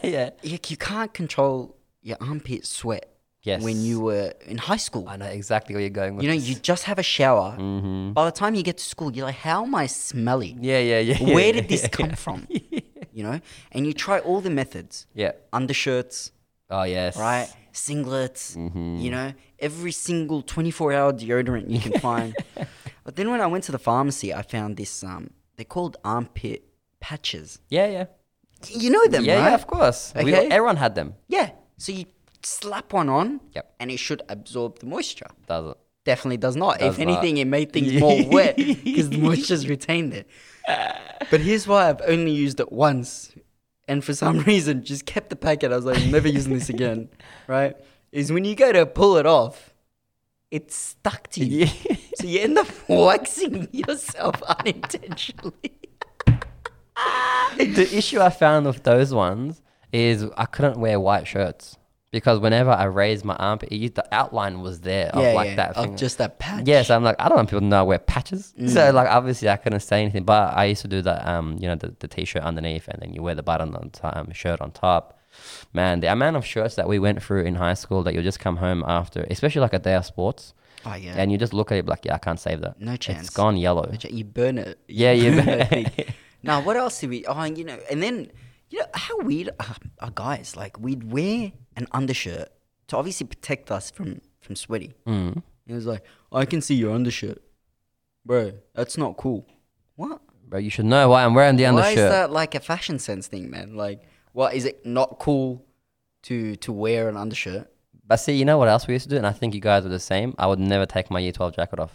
yeah.
You, you can't control your armpit sweat
Yes.
when you were in high school.
I know exactly where you're going with.
You know, you just have a shower.
Mm-hmm.
By the time you get to school, you're like, how am I smelly?
Yeah, yeah, yeah. yeah,
Where
yeah,
did this
yeah,
come
yeah.
from? You know? And you try all the methods
Yeah.
undershirts,
Oh yes.
right? Singlets,
Mhm.
you know, every single 24 hour deodorant you can find. but then when I went to the pharmacy, I found this, um, they're called armpit patches.
Yeah, yeah.
You know them,
yeah,
right?
yeah. Of course. We,
Okay.
everyone had them.
Yeah. So you slap one on
Yep.
and it should absorb the moisture.
Doesn't.
Definitely does not.
Does
if
not.
anything, it made things more wet because the moisture's retained there. But here's why I've only used it once, and for some reason, just kept the packet. I was like, I'm never using this again. Right? Is when you go to pull it off, it's stuck to you.
Yeah.
So you end up waxing yourself unintentionally.
the issue I found with those ones is I couldn't wear white shirts because whenever I raised my armpit, it used, the outline was there of like that
Of
thing.
just that patch. Mm.
yeah, so I'm like, I don't want people to know I wear patches. So like, obviously, I couldn't say anything. But I used to do that, um, you know, the, the t-shirt underneath, and then you wear the button on top, um, shirt on top. Man, the amount of shirts that we went through in high school that you'll just come home after, especially like a day of sports,
Oh yeah.
and you just look at it like, yeah, I can't save that.
No chance.
It's gone yellow.
Which, You burn it.
Yeah, you
burn
burn
that thing. now, what else do we? Oh, and, you know, and then you know how weird are, are guys? Like we'd wear an undershirt to obviously protect us from from sweaty.
Mm.
It was like "Oh, I can see your undershirt, bro. That's not cool. What?
Bro, you should know why I'm wearing the
Why is
undershirt.
that like a fashion sense thing, man? Like, what is it not cool to to wear an undershirt?
But see, you know what else we used to do, and I think you guys were the same. I would never take my year twelve jacket off.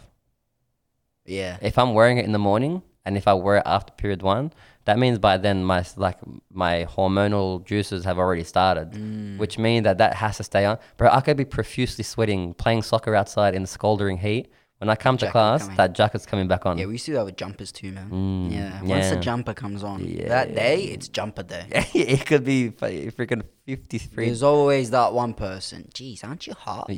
Yeah.
If I'm wearing it in the morning, and if I wear it after period one, that means by then my s- like my hormonal juices have already started,
Mm.
which means that that has to stay on. Bro, I could be profusely sweating, playing soccer outside in the scaldering heat. When I come to
Jacket
class,
coming.
that jacket's coming back on.
Yeah, we used to do that with jumpers too, man. yeah. Once the
Um. Mm, yeah.
jumper comes on,
Yeah,
that
yeah,
day it's jumper day.
it could be fi- freaking fifty-three.
There's always that one person. Jeez, aren't you hot,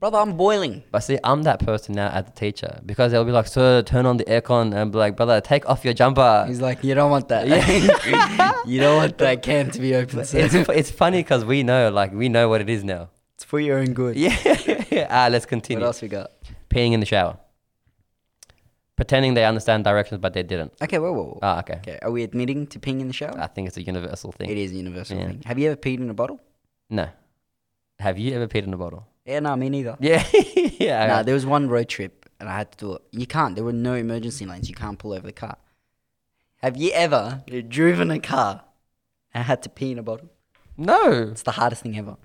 brother? I'm boiling.
But see, I'm that person now as a teacher because they'll be like, "Sir, turn on the aircon," and be like, "Brother, take off your jumper."
He's like, you don't want that. you don't want that can to be open. sir.
It's, fu- it's funny because we know, like, we know what it is now.
It's for your own good.
Yeah. ah, let's
What
continue.
else we got?
Peeing in the shower, pretending they understand directions but they didn't.
Okay, whoa, whoa, whoa.
Ah, okay.
okay, are we admitting to peeing in the shower?
I think it's a universal thing.
it is a universal
Yeah.
thing. Have you ever peed in a bottle?
No. Have you ever peed in a bottle?
Yeah, no, me neither. Uh,
Yeah. yeah.
Nah,
alright.
there was one road trip and I had to do it. You can't. There were no emergency lanes. You can't pull over the car. Have you ever driven a car and had to pee in a bottle?
no.
It's the hardest thing ever.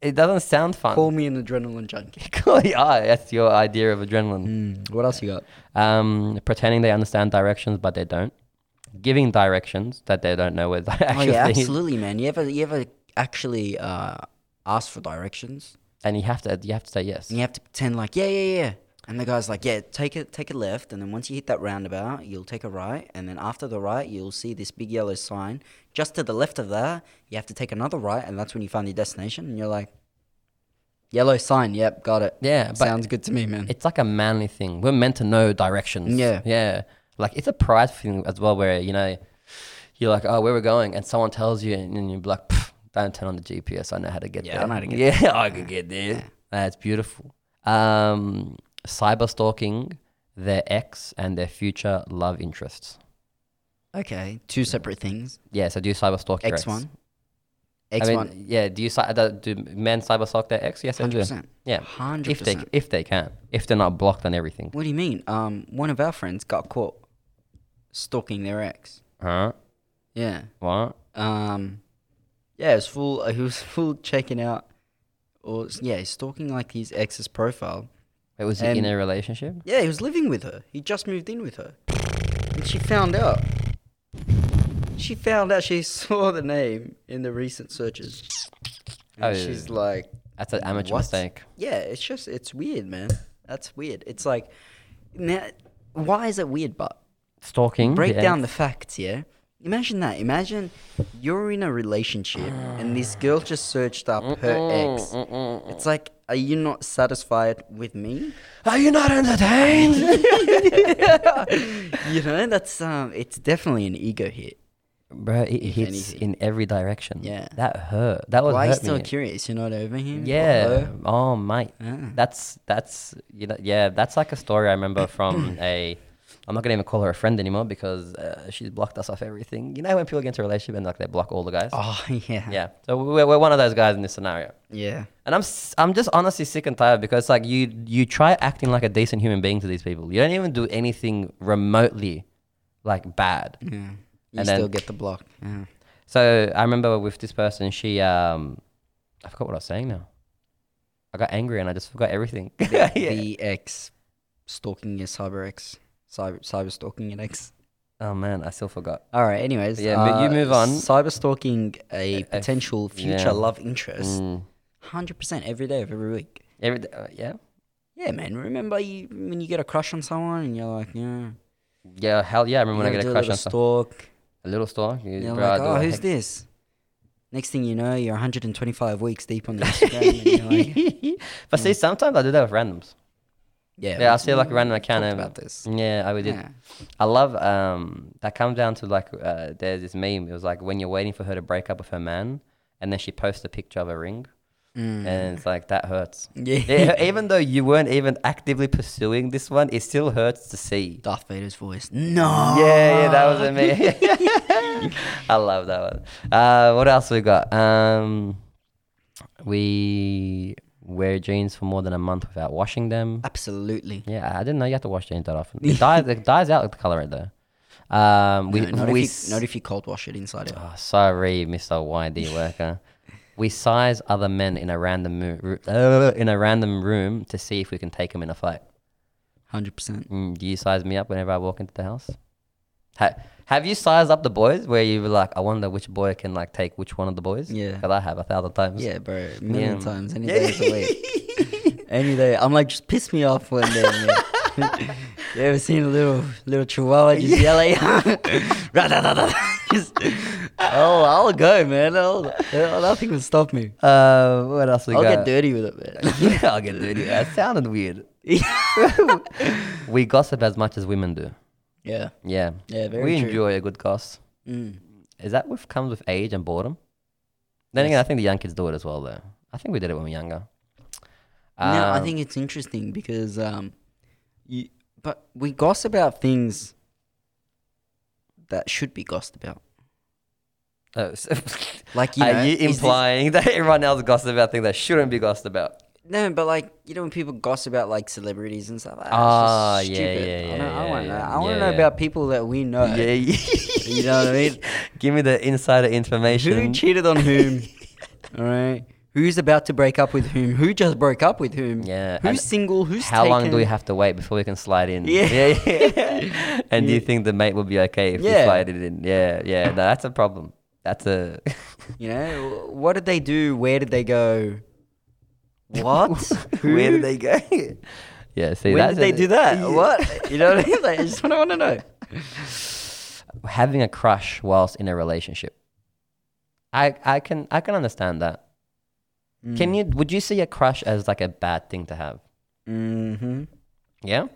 It doesn't sound fun.
Call me an adrenaline junkie.
Cool, yeah, that's your idea of adrenaline.
Hmm, What else you got?
Um, pretending they understand directions but they don't. Giving directions that they don't know where the
Oh
actual
yeah,
thing is.
absolutely, man. You ever you ever actually uh, ask for directions?
And you have to you have to say yes.
And you have to pretend like, yeah, yeah, yeah. And the guy's like, yeah, take a take a left, and then once you hit that roundabout, you'll take a right, and then after the right, you'll see this big yellow sign. Just to the left of that, you have to take another right, and that's when you find your destination. And you're like, yellow sign, yep, got it.
Yeah, but
Sounds good to me, man.
it's like a manly thing. We're meant to know directions.
Yeah.
Yeah. Like it's a pride thing as well where, you know, you're like, oh, where we're going and someone tells you and then you're like, "Pff, don't turn on the GPS. I know how to get
Yeah, I
there.
know how to get
yeah, I can get there. That's beautiful. Um, cyber stalking their ex and their future love interests.
okay, two separate things.
Yeah, so do you cyber stalk your
X
ex?
one,
I
X
mean,
one,
yeah. Do you cy- do do men cyber stalk their ex? Yes, they
hundred
do.
percent.
Yeah,
hundred
if they
percent.
if they can, if they're not blocked on everything.
What do you mean? Um, one of our friends got caught stalking their ex.
Huh?
Yeah.
What?
Um, yeah, it was full. He was full checking out, or yeah, he's stalking like his ex's profile.
Wait, was he in
And-
a relationship?
Yeah, he was living with her. He just moved in with her, and she found out. She found out. She saw the name in the recent searches, and
Oh.
she's like,
That's an amateur
What?
mistake.
"Yeah, it's just it's weird, man. That's weird. It's like, now, why is it weird? But
Stalking.
break
the
down
ex.
the facts, yeah? Imagine that. Imagine you're in a relationship and this girl just searched up her ex. It's like, are you not satisfied with me?
Are you not entertained,
You know, that's um it's definitely an ego hit.
bro? It hits
anything.
in every direction.
Yeah.
That hurt. That was
Why are you
hurt
still
me.
curious? You're not over him?
Yeah.
Hello? Ah.
Oh, mate.
Yeah.
That's that's you know yeah that's like a story I remember from a. I'm not gonna even call her a friend anymore because uh, she's blocked us off everything. You know when people get into a relationship and like they block all the guys.
Oh yeah.
Yeah. So we're, we're one of those guys in this scenario.
Yeah.
And I'm s- I'm just honestly sick and tired because like you you try acting like a decent human being to these people. You don't even do anything remotely like bad.
Yeah. You
And then-
still get the block. Yeah.
So I remember with this person, she um, I forgot what I was saying now. I got angry and I just forgot everything. yeah.
The ex stalking your cyber ex. Cyber cyber stalking an ex.
Oh man, I still forgot.
All right. Anyways, uh,
Yeah, mo- you move on.
Cyber stalking a
A- a f-
potential future
yeah.
love interest,
Mm.
hundred percent every day of every week.
Every d- uh, yeah,
Yeah, man. Remember you when you get a crush on someone and you're like, yeah,
yeah, hell yeah. I remember when I
you
get a
do
crush
little
on some-
stalk.
a little store. You,
You're
bro, I
like,
do
oh,
a
who's
heck-
this? Next thing you know, you're 125 weeks deep on the Instagram. and you're like,
but see, sometimes I do that with randoms.
yeah,
Yeah, I
we-
see like a random
we
account
talked
and-
about this.
Yeah, I would. do-
Yeah.
I love um that comes down to like uh, there's this meme. It was like when you're waiting for her to break up with her man, and then she posts a picture of a ring, and it's like that hurts.
Yeah.
Yeah, even though you weren't even actively pursuing this one, it still hurts to see.
Darth Vader's voice. No.
Yeah, yeah, that was amazing. I love that one. Uh, what else we got? Um, we wear jeans for more than a month without washing them.
Absolutely.
Yeah, I didn't know you had to wash jeans that often. It dies, it dies out with the color though. Um, we
No, not,
we
if you, not if you cold wash it inside out.
Oh, sorry, Mr. YD worker. We size other men in a random mo- ru- uh, in a random room to see if we can take them in a fight.
100%.
Mm, do you size me up whenever I walk into the house? Ha- have you sized up the boys where you were like, I wonder which boy can like take which one of the boys?
Yeah.
'Cause I have a thousand times.
Yeah, bro. A million
Yeah.
times. Any day of the week. Any day. I'm like, just piss me off one day. Man. you ever seen a little little chihuahua just yelling? Ra-da-da-da. Just- oh, I'll go, man. I'll, I'll- nothing can stop me.
Uh, what else we
I'll
got?
get dirty with it, man.
yeah, I'll get dirty. That sounded weird. we gossip as much as women do.
yeah.
Yeah.
Yeah, very
we
true.
enjoy a good gossip.
Mm.
Is that what comes with age and boredom? Then again, I think the young kids do it as well, though. I think we did it when we were younger.
no, I
Um,
think it's interesting because, um, you, but we gossip about things that should be gossiped about.
Oh, so-
Like, you know,
Are Uh, you
is this-
implying that everyone else gossips about things that shouldn't be gossiped about?
No, but like you know when people gossip about like celebrities and stuff. Like,
Ah,
it's just
yeah,
stupid.
yeah,
I,
yeah,
don't- I
yeah,
want to know.
yeah,
I want to
yeah,
know
yeah.
about people that we know.
Yeah,
You know what I mean?
Give me the insider
Who
information.
cheated on whom? All right. Who's about to break up with whom? Who just broke up with whom?
Yeah, and
Who's single? Who's
How long do we
taken?
have to wait before we can slide in?
Yeah.
yeah, yeah. and do you think the mate will be okay if
Yeah.
we slide it in? Yeah, yeah. No, that's a problem. That's a.
You know, wh- what did they do? Where did they go? What?
Where
Who?
did they go? yeah, see
When
that's
did they
a-
do that? What? You know what I mean? Like, it's what I want to know.
having a crush whilst in a relationship. I I can I can understand that.
Hmm.
Can you would you see a crush as like a bad thing to have?
Mm-hmm.
Yeah?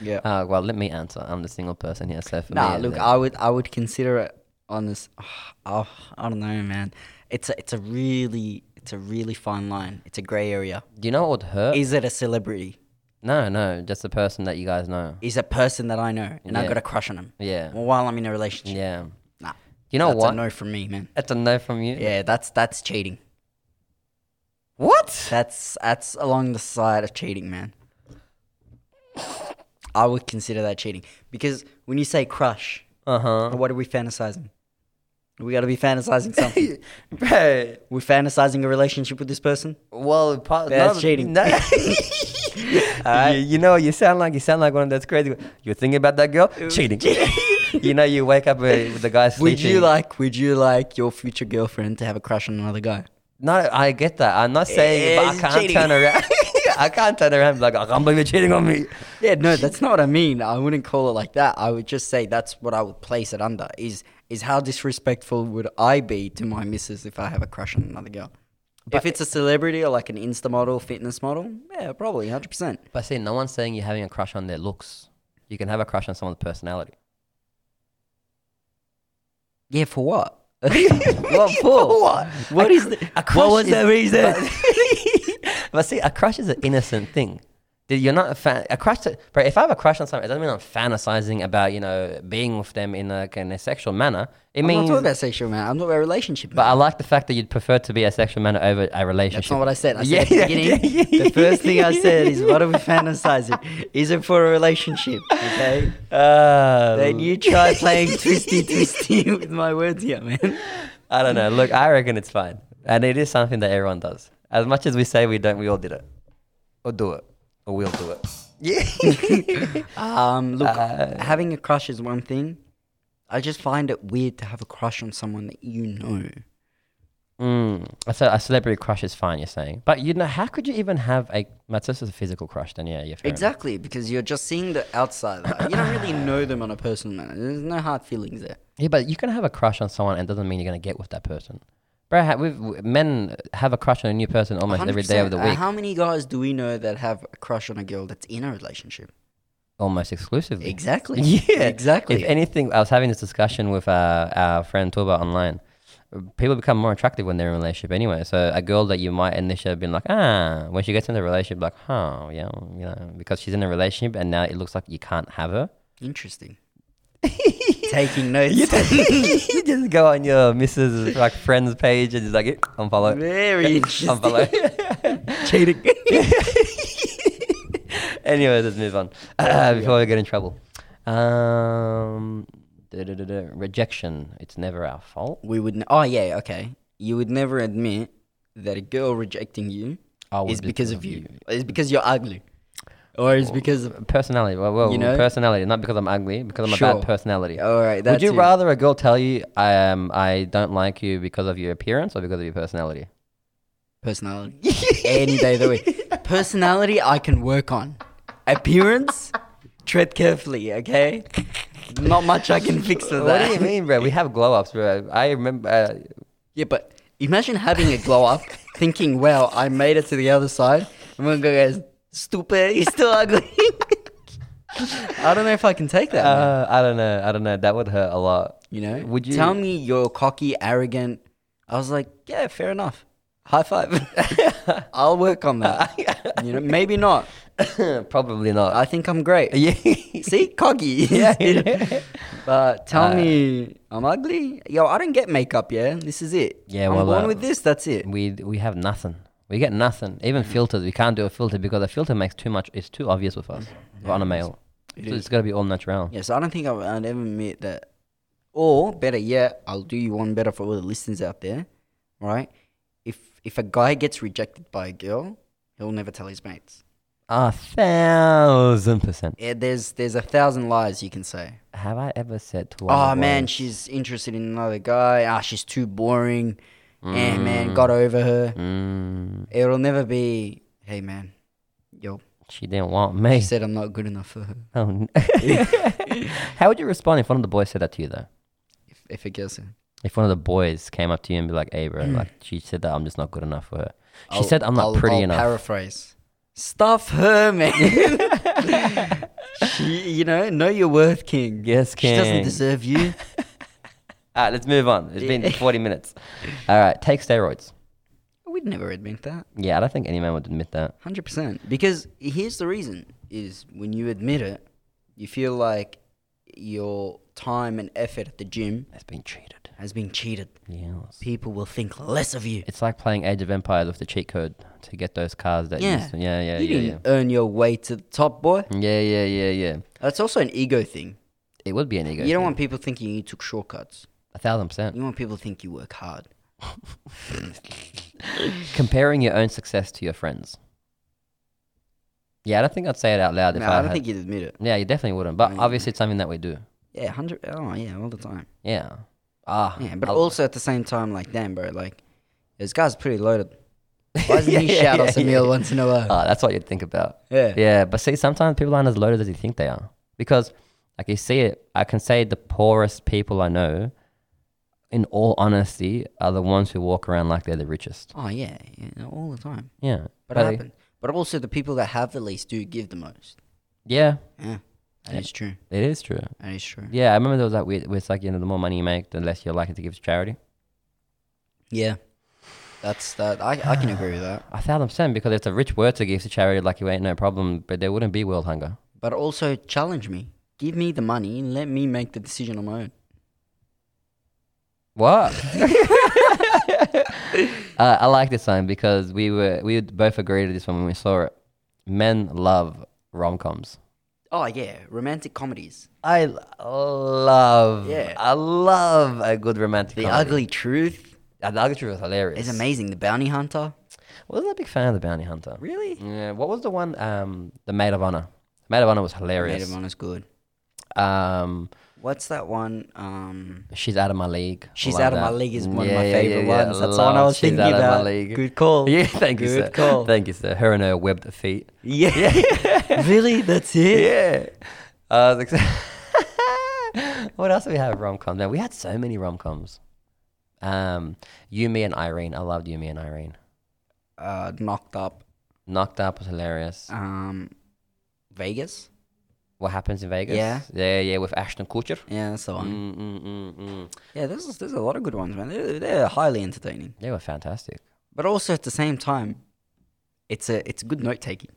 Yeah.
Uh, well, let me answer. I'm the single person here, so for
Nah,
me,
look,
uh,
I would I would consider it on this. Oh, I don't know, man. It's a it's a really it's a really fine line. It's a gray area.
do you know what would hurt?
Is it a celebrity?
no, no, just the person that you guys know.
Is a person that I know and I
Yeah.
got a crush on him
Yeah,
while I'm in a relationship?
yeah.
Nah,
You know
that's
what?
a no from me, man.
That's a no from you.
Yeah, that's that's cheating.
What?
That's that's along the side of cheating, man. I would consider that cheating because when you say crush,
Uh huh.
what are we fantasizing? We got to be fantasizing something.
Bro,
We're fantasizing a relationship with this person.
well, part,
That's cheating.
No.
Alright.
you, you know, you sound like you sound like one of those crazy. You're thinking about that girl cheating. you know, you wake up uh, with the guy sleeping.
Would you like? Would you like your future girlfriend to have a crush on another guy?
No, I get that. I'm not saying, but I
It's
can't
cheating.
turn around. I can't turn around and be like, I can't believe you're cheating on me.
Yeah, no, that's not what I mean. I wouldn't call it like that. I would just say that's what I would place it under. Is is how disrespectful would I be to my missus if I have a crush on another girl? if it's a celebrity or like an insta model, fitness model, yeah, probably hundred percent.
But see, no one's saying you're having a crush on their looks. You can have a crush on someone's personality.
Yeah, for what? what for?
what?
What
A
is
cr-
the,
a
what
crush
was
is-
the reason?
But see, a crush is an innocent thing. Dude, You're not a fan. A crush, to, bro. If I have a crush on someone, it doesn't mean I'm fantasizing about you know being with them in a, in a sexual manner. It
I'm not
means,
talking about sexual man. I'm not about relationship.
but I like the fact that you'd prefer to be a sexual manner over a relationship.
That's not what I said. I said
Yeah,
at the
yeah,
beginning,
yeah, yeah.
the first thing I said is, what are we fantasizing? Is it for a relationship? Okay.
Uh,
Then you try playing twisty twisty with my words here, man.
I don't know. Look, I reckon it's fine, and it is something that everyone does. As much as we say we don't, we all did it, or do it, or we'll do it. Yeah.
Um, look,
Uh,
having a crush is one thing. I just find it weird to have a crush on someone that you know.
mm. So a celebrity crush is fine. You're saying, but you know, how could you even have a? That's just a physical crush. Then yeah, you're fair enough.
Exactly, because you're just seeing the outside. Like, you don't really know them on a personal manner. There's no hard feelings there.
Yeah, but you can have a crush on someone, and it doesn't mean you're gonna get with that person. Bro, ha- we've, w- men have a crush on a new person almost every day of the
100%. Uh,
week,
how many guys do we know that have a crush on a girl that's in a relationship?
almost exclusively.
Exactly.
Yeah,
uh-huh. Exactly.
If anything, I was having this discussion with uh, our friend Tuba online. People become more attractive when they're in a relationship anyway. So a girl that you might initially have been like, ah, when she gets into a relationship, like, huh, yeah, you know, because she's in a relationship and now it looks like you can't have her.
Interesting. Taking notes.
you just go on your Mrs. like friends page and just like unfollow,
Very interesting.
unfollow.
Cheating.
anyway, let's move on before we get in trouble. Um, da-da-da-da. rejection. It's never our fault.
we would. N- oh yeah. Okay. You would never admit that a girl rejecting you
Oh,
is because of you. It's because you're ugly. or
Oh.
it's because
Personality. Well, well
You know?
personality. Not because I'm ugly, because I'm a
Sure.
bad personality.
all right. That
Would you
too.
rather a girl tell you I um I don't like you because of your appearance or because of your personality?
personality any day of the week? Personality, I can work on. Appearance, tread carefully. Okay, not much I can fix with
What
that.
do you mean, bro? We have glow ups, bro. I remember. Uh,
Yeah, but imagine having a glow up, thinking, "Wow, I made it to the other side." And one guy goes, "Stupid, you're still ugly." I don't know if I can take that. man.
uh, I don't know. I don't know. That would hurt a lot.
You know?
Would you-
tell me you're cocky, arrogant? I was like, yeah, fair enough. High five. I'll work on that. you know, maybe not.
Probably not.
I think I'm great.
yeah.
See, cocky.
Yeah, yeah.
But tell
Uh,
me I'm ugly. Yo, I don't get makeup. Yeah, this is it.
Yeah,
I'm
well,
born
uh,
with this. That's it.
we we have nothing. We get nothing. Even filters, we can't do a filter because a filter makes too much. It's too obvious with us on a male. so
is.
it's got to be all natural.
Yeah, so I don't think I would, I'd ever admit that. Or better yet, I'll do you one better for all the listeners out there, right? If if a guy gets rejected by a girl, he'll never tell his mates.
A thousand percent.
Yeah, there's there's a thousand lies you can say.
Have I ever said to one?
Oh
of
man,
those-
she's interested in another guy. Ah, she's too boring. Eh,
Hmm.
man, got over her.
Mm,
It'll never be. Hey man, yo,
she didn't want me.
she said I'm not good enough for her.
Oh, n- How would you respond if one of the boys said that to you, though?
If if it gets her,
If one of the boys came up to you and be like, "Hey, bro, like she said that I'm just not good enough for her." She
I'll-
said I'm not
I'll-
pretty
I'll
enough.
Paraphrase. Stuff her, man. she, you know, know your worth, King.
yes,
She doesn't
king.
deserve you.
All right, let's move on. It's been 40 minutes. All right, take steroids.
We'd never admit that.
Yeah, I don't think any man would admit that.
Hundred percent. Because here's the reason: is when you admit it, you feel like your time and effort at the gym
It's been cheated.
has been cheated.
Yes.
People will think less of you.
It's like playing Age of Empires with the cheat code to get those cars that
Yeah.
you used to- yeah, yeah,
you
yeah, yeah.
didn't earn your way to the top, boy.
Yeah, yeah, yeah, yeah.
That's also an ego thing.
It would be an ego.
You don't want
thing.
people thinking you took shortcuts.
a thousand percent.
You want people to think you work hard.
Comparing your own success to your friends. Yeah, I don't think I'd say it out loud if
No,
I,
I don't
had-
think you'd admit it.
Yeah, you definitely wouldn't. But
Mm.
obviously, it's something that we do.
Yeah, hundred. Oh yeah, all the time.
Yeah. Ah.
Yeah, but
I'll-
also at the same time, like damn, bro, like this guy's pretty loaded. Why doesn't he
Yeah,
shout
yeah,
us a
yeah,
meal
yeah.
once in a while?
Ah, that's what you'd think about.
yeah.
Yeah, but see, sometimes people aren't as loaded as you think they are because, like, you see it. I can say the poorest people I know, in all honesty, are the ones who walk around like they're the richest.
Oh yeah, yeah, all the time.
Yeah,
But
they-
it happens. But also, the people that have the least do give the most.
yeah,
Yeah, that is true.
it is true.
That is true.
Yeah, I remember there was that weird. where It's like you know, the more money you make, the less you're likely to give to charity.
Yeah, that's that. I I can agree with that.
A thousand percent, because it's a rich word to give to charity, like you ain't no problem, but there wouldn't be world hunger.
But also, challenge me. Give me the money and let me make the decision on my own.
What? uh, I like this one because we were we would both agree to this one when we saw it. Men love rom coms.
Oh yeah, romantic comedies.
I l- love.
Yeah.
I love a good romantic.
The
comedy.
Ugly Truth
Uh, The ugly truth was hilarious.
is amazing. The Bounty Hunter.
Wasn't a big fan of the Bounty Hunter.
Really?
Yeah. What was the one? Um, the Maid of Honor. Maid of Honor was
Made
hilarious.
him honest good.
Um,
What's that one? Um,
she's out of my league.
She's
Love
Out of My
that.
League is one of
Yeah,
my
yeah,
favorite
yeah, yeah.
ones. That's the one I
Love
was
She's
thinking
Out of My
about.
League.
Good call.
Yeah, thank you,
Good
sir.
call.
Thank you, sir. Her and her webbed feet.
Yeah. really? That's it?
Yeah. Uh, the ex- what else do we have rom coms? Man, we had so many rom coms. Um, you, me, and Irene. I loved you, me, and Irene.
Uh, knocked up.
Knocked Up was hilarious.
Um, Vegas.
What happens in Vegas?
Yeah.
yeah, yeah. With Ashton Kutcher.
Yeah, that's the one.
Mm, mm, mm, mm.
Yeah, there's there's a lot of good ones, man. They're, they're highly entertaining,
They were fantastic.
but also at the same time, it's a it's good note taking.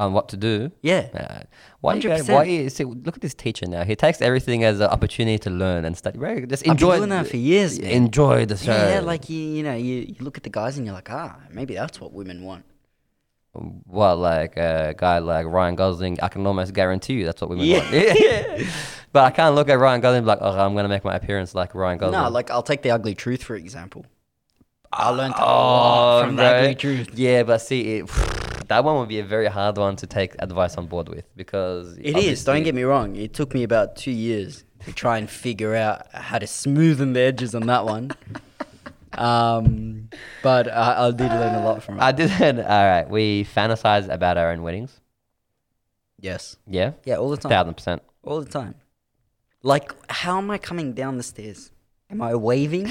On what to do?
Yeah,
Uh, why you? Go,
100%.
why you? See, look at this teacher now. He takes everything as an opportunity to learn and study. Right? Just
I've been
enjoy.
doing that
the-
for years, man.
Enjoy the show.
yeah, like you you know you, you look at the guys and you're like ah maybe that's what women want.
what like a guy like Ryan Gosling, I can almost guarantee you that's what women
Yeah.
want. Yeah. but I can't look at Ryan Gosling and be like, oh, I'm gonna make my appearance like Ryan Gosling.
No, like I'll take the ugly truth for example. I learned a
oh,
lot from the
bro.
ugly truth.
Yeah, but see, it, that one would be a very hard one to take advice on board with because
It is. Don't get me wrong. It took me about two years to try and figure out how to smoothen the edges on that one. um, but I, I did learn a lot from it.
I didn't. All right, we fantasize about our own weddings.
yes.
Yeah,
Yeah, all the time.
thousand percent.
All the time. Like, how am I coming down the stairs? Am I waving?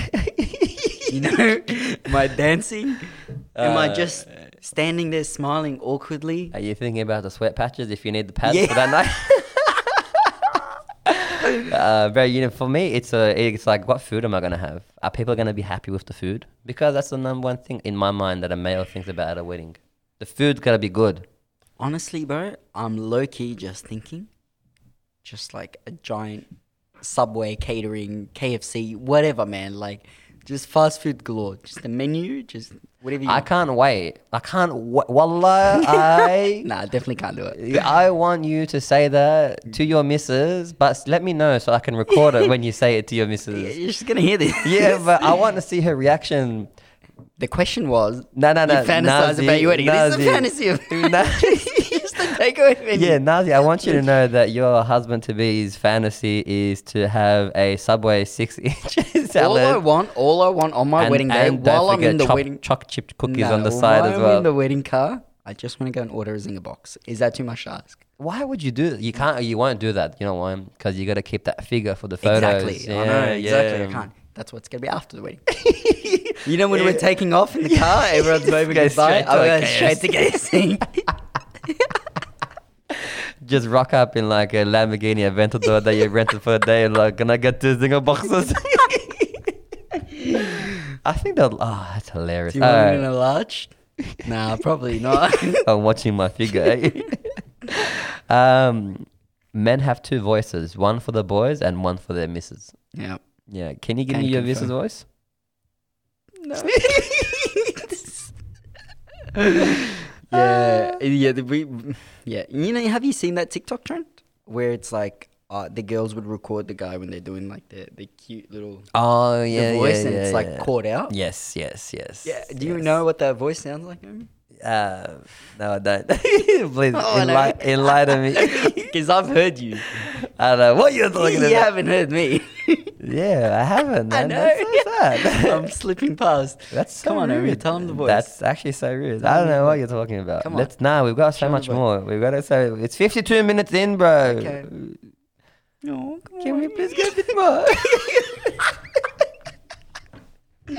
you know? Am I dancing? Am I
Uh,
just standing there smiling awkwardly?
Are you thinking about the sweat patches if you need the pads
Yeah.
for that night? uh, very you know, for me, it's a, it's like, what food am I gonna have? Are people gonna be happy with the food? Because that's the number one thing in my mind that a male thinks about at a wedding. The food's gotta be good.
Honestly, bro, I'm low key just thinking, just like a giant Subway catering, KFC, whatever, man. Like, just fast food galore. Just the menu, just whatever you.
I can't wait. I can't. Wa- wallah, I
nah, definitely can't do it.
I want you to say that to your missus, but s- let me know so I can record it when you say it to your missus.
You're just gonna hear this.
Yeah, but I want to see her reaction.
The question was,
No, no,
you
no.
fantasize
Nazi,
about your wedding. This is a
Nazi.
fantasy of
Nazi.
just the takeaway menu.
Yeah, Nazi, I want you to know that your husband to be's fantasy is to have a Subway six inch
all I
salad.
want, all I want on my
and-
wedding day,
and don't
while I'm
forget
in the
choc-
wedding,
choc chipped cookies
Nah,
on the side
while
as
I'm
well.
in the wedding car, I just want to go and order a zinger box. Is that too much to ask?
Why would you do that? You can't. You won't do that. You know why? Because you got to keep that figure for the photos.
Exactly. I know, exactly. I
yeah.
can't. That's what's gonna be after the wedding. you know when we're taking off in the car, everyone's waving goodbye.
Go straight to
I'm
a
going straight to KFC.
Just rock up in like a Lamborghini Aventador that you rented for a day. and Like, can I get two single boxes? I think that. Oh, that's hilarious.
Do you want
All
it
right.
in a large? Nah, probably not.
I'm watching my figure. eh? um, men have two voices: one for the boys and one for their misses.
yeah.
Yeah. Can you give
Can
me your
confirm.
missus voice?
No.
Uh.
yeah, yeah, the- we, yeah. You know, have you seen that TikTok trend where it's like uh, the girls would record the guy when they're doing like the the cute little
Oh
the
yeah,
voice,
yeah,
and it's
yeah,
like
yeah.
caught out.
Yes, yes, yes.
Yeah. Do you
yes.
know what that voice sounds like? Naomi?
Uh, no, I don't. Please
Oh, no.
enli- enlighten me.
Because I've heard you.
I don't know what you're talking
you
about.
haven't heard me.
Yeah, I haven't.
I
Man.
know.
That's so sad.
I'm slipping past.
That's so
Come on,
rude.
Amy, tell him the voice.
That's actually so rude. I don't know what you're talking about.
Come on.
Let's nah, we've got so
him the
much
voice.
more. We've got to say it's 52 minutes in, bro.
Okay. No, come
Can
on.
we please get a bit more?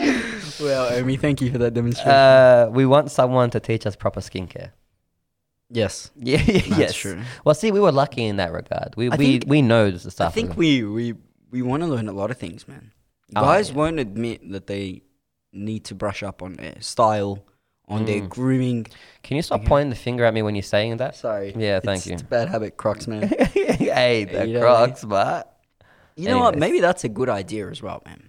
Well, Omi, thank you for that demonstration.
uh, we want someone to teach us proper skincare.
yes.
Yeah, yes.
true.
Well, see, we were lucky in that regard. We
I
we,
think-
we know the stuff.
I think
we-
we we we want to learn a lot of things, man.
Oh,
Guys
yeah.
won't admit that they need to brush up on their style, on their grooming.
Can you stop pointing the finger at me when you're saying that?
Sorry.
Yeah,
It's-
thank you.
It's a bad habit, Crocs, man.
hey,
Yeah, you
the
know what I mean?
Crocs, but
You know what?
Anyways.
Maybe that's a good idea as well, man.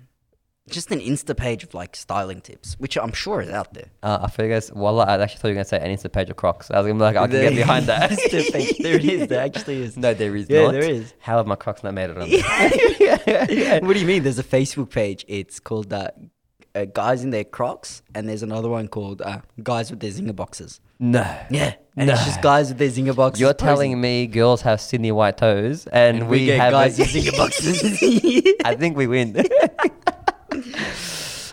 Just an Insta page of like styling tips, which I'm sure is out there.
uh, I figured, it's- wallah, I actually thought you were gonna say I need to page of Crocs. I was gonna be like, I can
There
get behind that.
is the page. There it is. There actually is.
No, there is
Yeah,
not.
there is.
How have my Crocs not made it on?
what do you mean? There's a Facebook page. It's called uh, uh, Guys in Their Crocs, and there's another one called uh, Guys with Their Zinger Boxes.
no.
Yeah, and it's
No.
just guys with their zinger boxes.
You're
posing.
telling me girls have Sydney white toes, and,
And
we,
we, get
have
guys
a-
with zinger boxes.
I think we win.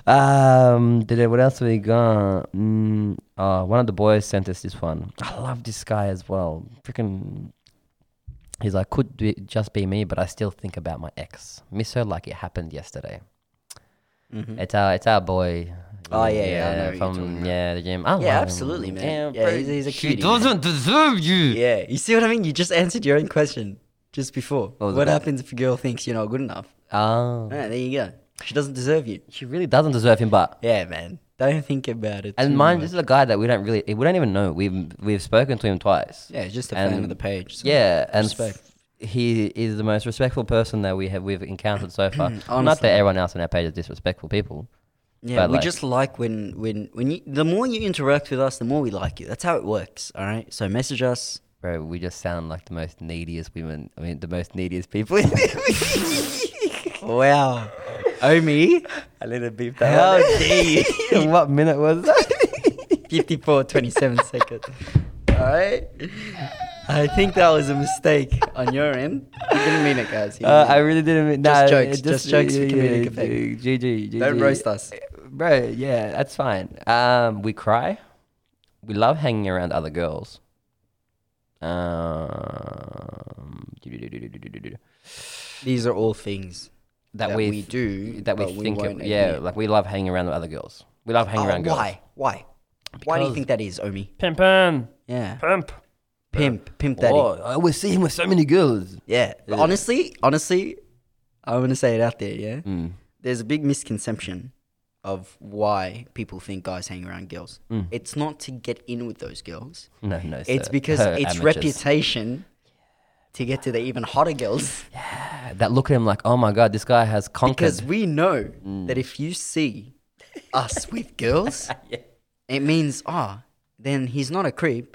um, did it, what else we got? Mm, uh, one of the boys sent us this one. I love this guy as well. Freaking, he's like, could be, just be me, but I still think about my ex. Miss her like it happened yesterday. It's our, it's our boy.
Mm-hmm. Oh, yeah, yeah, I know who you're talking
from
about.
yeah, the gym. I love
Yeah,
him.
absolutely, man. Yeah,
bro,
he's- he's a
she
cutie, man.
doesn't deserve you.
yeah, you see what I mean? You just answered your own question just before.
was
What,
it?
happens if a girl thinks you're not good enough?
Oh,
Ah, there you go. She doesn't deserve you.
she really doesn't deserve him, but
Yeah, man. Don't think about it.
And
too
mind,
much.
this is a guy that we don't really, we don't even know. We've we've spoken to him twice.
yeah, it's just a fan
and-
of the page. so-
Yeah, and
Respect.
f- he is the most respectful person that we have we've encountered so far. Not
Honestly.
that everyone else on our page is disrespectful people.
yeah.
but
We
like-
just like when when when you the more you interact with us, the more we like you. That's how it works. All right. So message us.
Bro, we just sound like the most neediest women. I mean, the most neediest people.
Wow, Omi,
I let it beep
how dare you?
what minute was that?
Fifty-four twenty-seven seconds. Alright? I think that was a mistake on your end. He didn't mean it, guys. He
Uh,
didn't
I
mean it.
really didn't mean
Just
nah,
jokes,
it
just jokes for comedic effect.
GG, GG.
Don't roast us.
Bro, yeah, that's fine. Um, we cry. We love hanging around other girls. Um,
These are all things
that,
that
we,
we, do
that we
but
think of,
won't
yeah,
admit.
like we love hanging around with other girls. We love hanging
Oh,
around girls.
why? Why? Why do you
Because-
think that is, Omi?
Pimpin,
Yeah.
pimp.
Pimp. Pimp daddy.
Oh, I always see him with so many girls.
Yeah. But honestly, honestly, I'm gonna say it out there, yeah?
Mm.
There's a big misconception of why people think guys hang around girls. It's not to get in with those girls.
No, no,
Mm. It's uh,
sir.
because
Her
it's
amateurs.
reputation to get to the even hotter girls.
that look at him like, oh my god, this guy has conquered.
Because we know that if you see us with girls, it means, ah, then he's not a creep.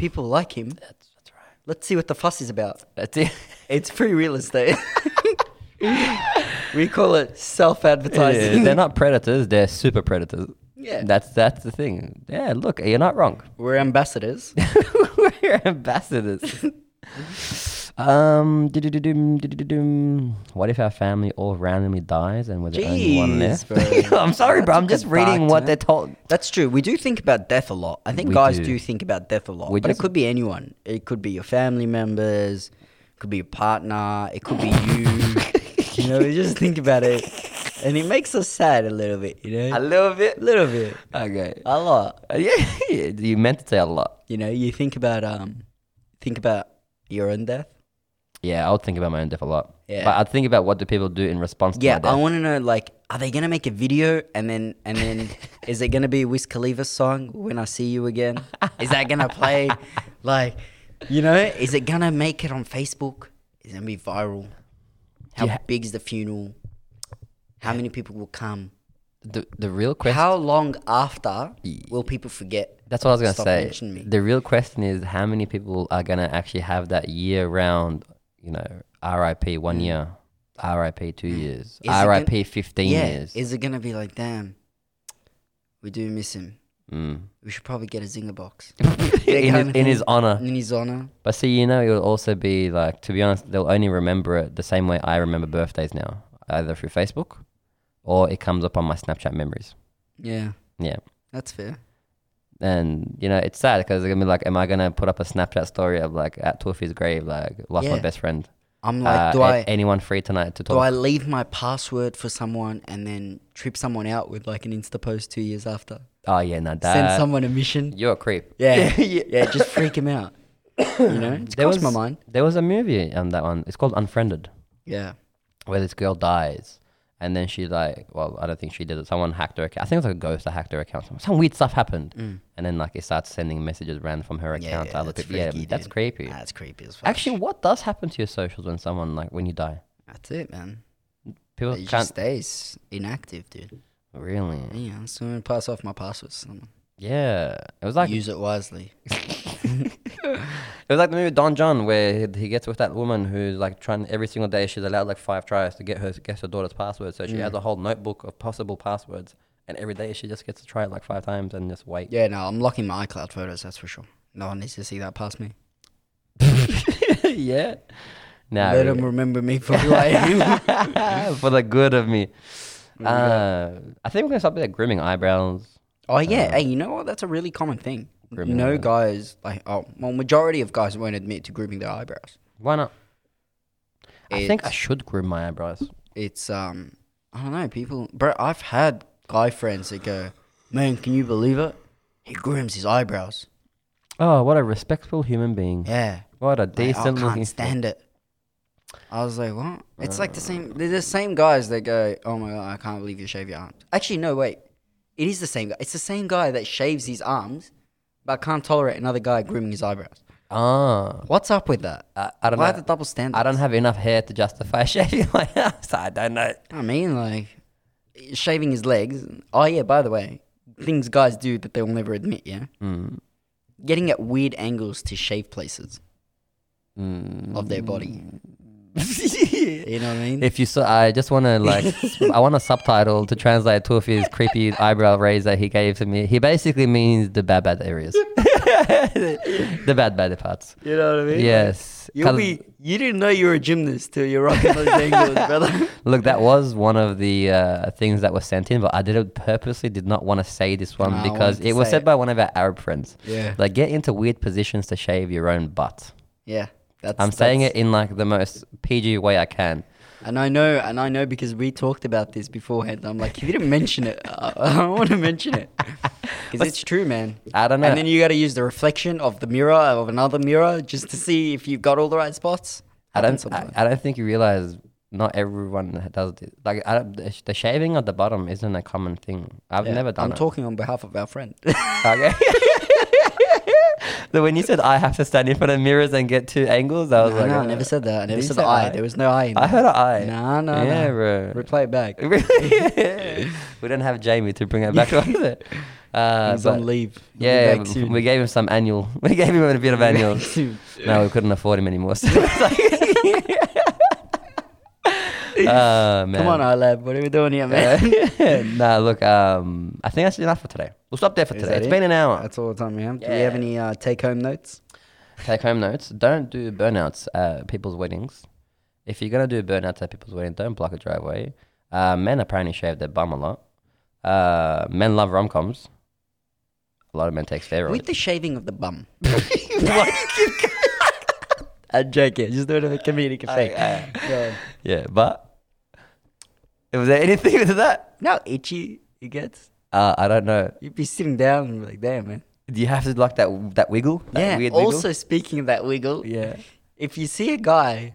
People like him.
that's, that's right.
Let's see what the fuss is about.
That's it.
It's free real estate. we call it self
Yeah,
advertising.
they're not predators. They're super predators.
Yeah.
That's that's the thing. Yeah, look, you're not wrong.
We're ambassadors.
We're ambassadors. um, do-do-do-doom, do-do-do-doom. what if our family all randomly dies and we're the only one
Jeez,
left?
bro.
I'm sorry, bro.
That's a
I'm just
bit
reading
dark,
what
man.
they're told.
That's true. We do think about death a lot. I think
We
guys
do.
do. think about death a lot.
We
but
just-
it could be anyone. It could be your family members. It could be your partner. It could be you. you know, we just think about it, and it makes us sad a little bit. You know,
little bit.
a little bit,
Okay.
a lot.
Uh, yeah, you meant to say a lot.
You know, you think about um, think about your own death.
Yeah, I would think about my own death a lot.
Yeah.
But I'd think about what do people do in response to
Yeah,
my death.
I want to know like, are they gonna make a video and then and then is it gonna be a Wiz Khalifa song when I see you again? Is that gonna play? like, you know, is it gonna make it on Facebook? Is it gonna be viral? How
Yeah.
big is the funeral? How many people will come?
the, the real question.
How long after will people forget?
That's what I was gonna
Stop
say.
mentioning me.
The real question is how many people are gonna actually have that year round, you know, RIP one year, RIP two years,
Mm. it gonna-
RIP fifteen
yeah,
years.
is it gonna be like, damn, we do miss him.
mm.
We should probably get a zinger box
in, his, in his honor.
in his honor.
But see, you know, it'll also be like to be honest, they'll only remember it the same way I remember birthdays now, either through Facebook or it comes up on my Snapchat memories.
Yeah,
Yeah.
that's fair.
And you know it's sad because they're gonna be like, "Am I gonna put up a Snapchat story of like at Tufi's grave, like lost my
Yeah.
best friend?
I'm like,
Uh,
do
a-
I?
anyone free tonight to talk?"
Do I leave my password for someone and then trip someone out with like an Insta post two years after?
Oh yeah, no, that
Send someone a mission?
you're a creep.
Yeah. yeah. just freak him out. You know? It's
There
crossed
was
my mind.
There was a movie on that one. It's called Unfriended,
Yeah.
where this girl dies, and then she like, well, I don't think she did it. Someone hacked her. account. I think it was like a ghost that hacked her account. Some, some weird stuff happened, and then like it starts sending messages random from her account to other
that's
people. Yeah,
freaky,
that's
dude.
creepy.
That's creepy as fuck.
Actually, what does happen to your socials when someone like when you die?
that's it, man.
People
It
can't
just stays inactive, dude.
really.
Yeah, I'm going to pass off my password to someone.
Yeah, it was like
Use it wisely.
It was like the movie Don John where he, he gets with that woman who's like trying every single day. She's allowed like five tries to get her guess her daughter's password. So she has a whole notebook of possible passwords, and every day she just gets to try it like five times and just wait.
Yeah, no, I'm locking my iCloud photos, that's for sure. No one needs to see that past me.
yeah. Nah,
Let
really.
them remember me for who I am.
for the good of me. Uh, I think we're gonna stop with like grooming eyebrows.
Oh yeah, hey, you know what? That's a really common thing.
Grooming
no guys,
eyebrows.
like, oh, well, majority of guys won't admit to grooming their eyebrows.
Why not? I think I
It's-
should groom my eyebrows.
It's um, I don't know, people, bro. I've had guy friends that go, man, can you believe it? He grooms his eyebrows.
Oh, what a respectful human being!
Yeah,
What a
Like, I
decent looking.
can't stand it. I was like, what? It's like the same. They're the same guys that go, oh my god, I can't believe you shave your arms. Actually, no, wait. It is the same guy. It's the same guy that shaves his arms, but can't tolerate another guy grooming his eyebrows.
Ah,
What's up with that?
I, I don't
Why
know.
the double standard?
I don't have enough hair to justify shaving my ass. I don't know.
I mean, like shaving his legs. Oh yeah. By the way, things guys do that they'll never admit. Yeah.
Mm. Mm.
Getting at weird angles to shave places of their body. You know what I mean?
If you saw, I just want to like, I want a subtitle to translate two of his creepy eyebrow raise that he gave to me. He basically means the bad, bad areas, the bad, bad parts.
you know what I mean?
Yes.
You'll
'Cause-
be, you didn't know you were a gymnast till you're rocking those dangles, brother.
Look, that was one of the uh, things that was sent in, but I did it purposely. Did not want to say this one
Ah, I
because
wanted to
it was
say
said
it.
by one of our Arab friends.
Yeah.
Like, get into weird positions to shave your own butt.
Yeah. That's,
I'm saying
that's-
it in like the most PG way I can.
And I know, and I know because we talked about this beforehand. I'm like, if you didn't mention it, I, I don't want to mention it because it's true, man.
I don't know.
And then you got to use the reflection of the mirror of another mirror just to see if you've got all the right spots.
I
Happens
don't. I,
sometimes.
I don't think you realize not everyone does this. Like, I don't, the, sh- the shaving at the bottom isn't a common thing. I've
Yeah.
never done
I'm
it.
talking on behalf of our friend.
Okay. so when you said I have to stand in front of mirrors and get two angles, I was
no,
like,
no,
uh,
I never said that. I never
you
said
say
the eye.
I.
There was no eye. In
I
there.
heard Uh, an eye.
No, no,
yeah,
no.
bro.
Replay it back.
we don't have Jamie to bring it back on it. Uh,
He's
but
on leave. He'll be
yeah,
back
b-
soon.
we gave him some annual. We gave him a bit of
He'll be
annual.
back soon.
no, we couldn't afford him anymore. So it's like- Ah, man.
Come on, our lab. What are we doing here, man?
Uh, nah, look. Um, I think that's enough for today. We'll stop there for
Is
today.
that
It's
it?
been an hour.
That's all the time we have. Do you have
Yeah.
any uh, take-home notes?
Take home notes. Don't do burnouts at people's weddings. If you're gonna do burnouts at people's weddings, don't block a driveway. Uh, men apparently shave their bum a lot. Uh, men love rom coms. A lot of men take steroids.
With the shaving of the bum. I'm joking. Just doing it for comedic effect. Go on.
yeah, but was there anything to that?
No, itchy it gets.
Uh, I don't know.
You'd be sitting down and be like, damn, man.
Do you have to like that that wiggle? That
yeah.
Weird
also, speaking of that wiggle,
wiggle? Yeah.
if you see a guy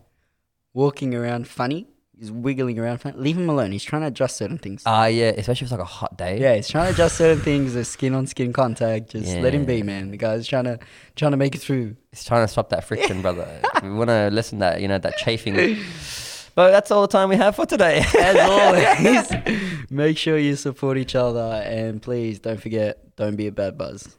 walking around funny, he's wiggling around funny, leave him alone. He's trying to adjust certain things.
Ah, yeah. Especially if it's like a hot day.
yeah, he's trying to adjust certain things. There's skin on skin contact. Just let him be,
Yeah.
man. The guy's trying to trying to make it through.
It's trying to stop that friction, brother. we want to lessen that, you know, that chafing. But that's all the time we have for today.
As always, make sure you support each other and please don't forget, don't be a bad buzz.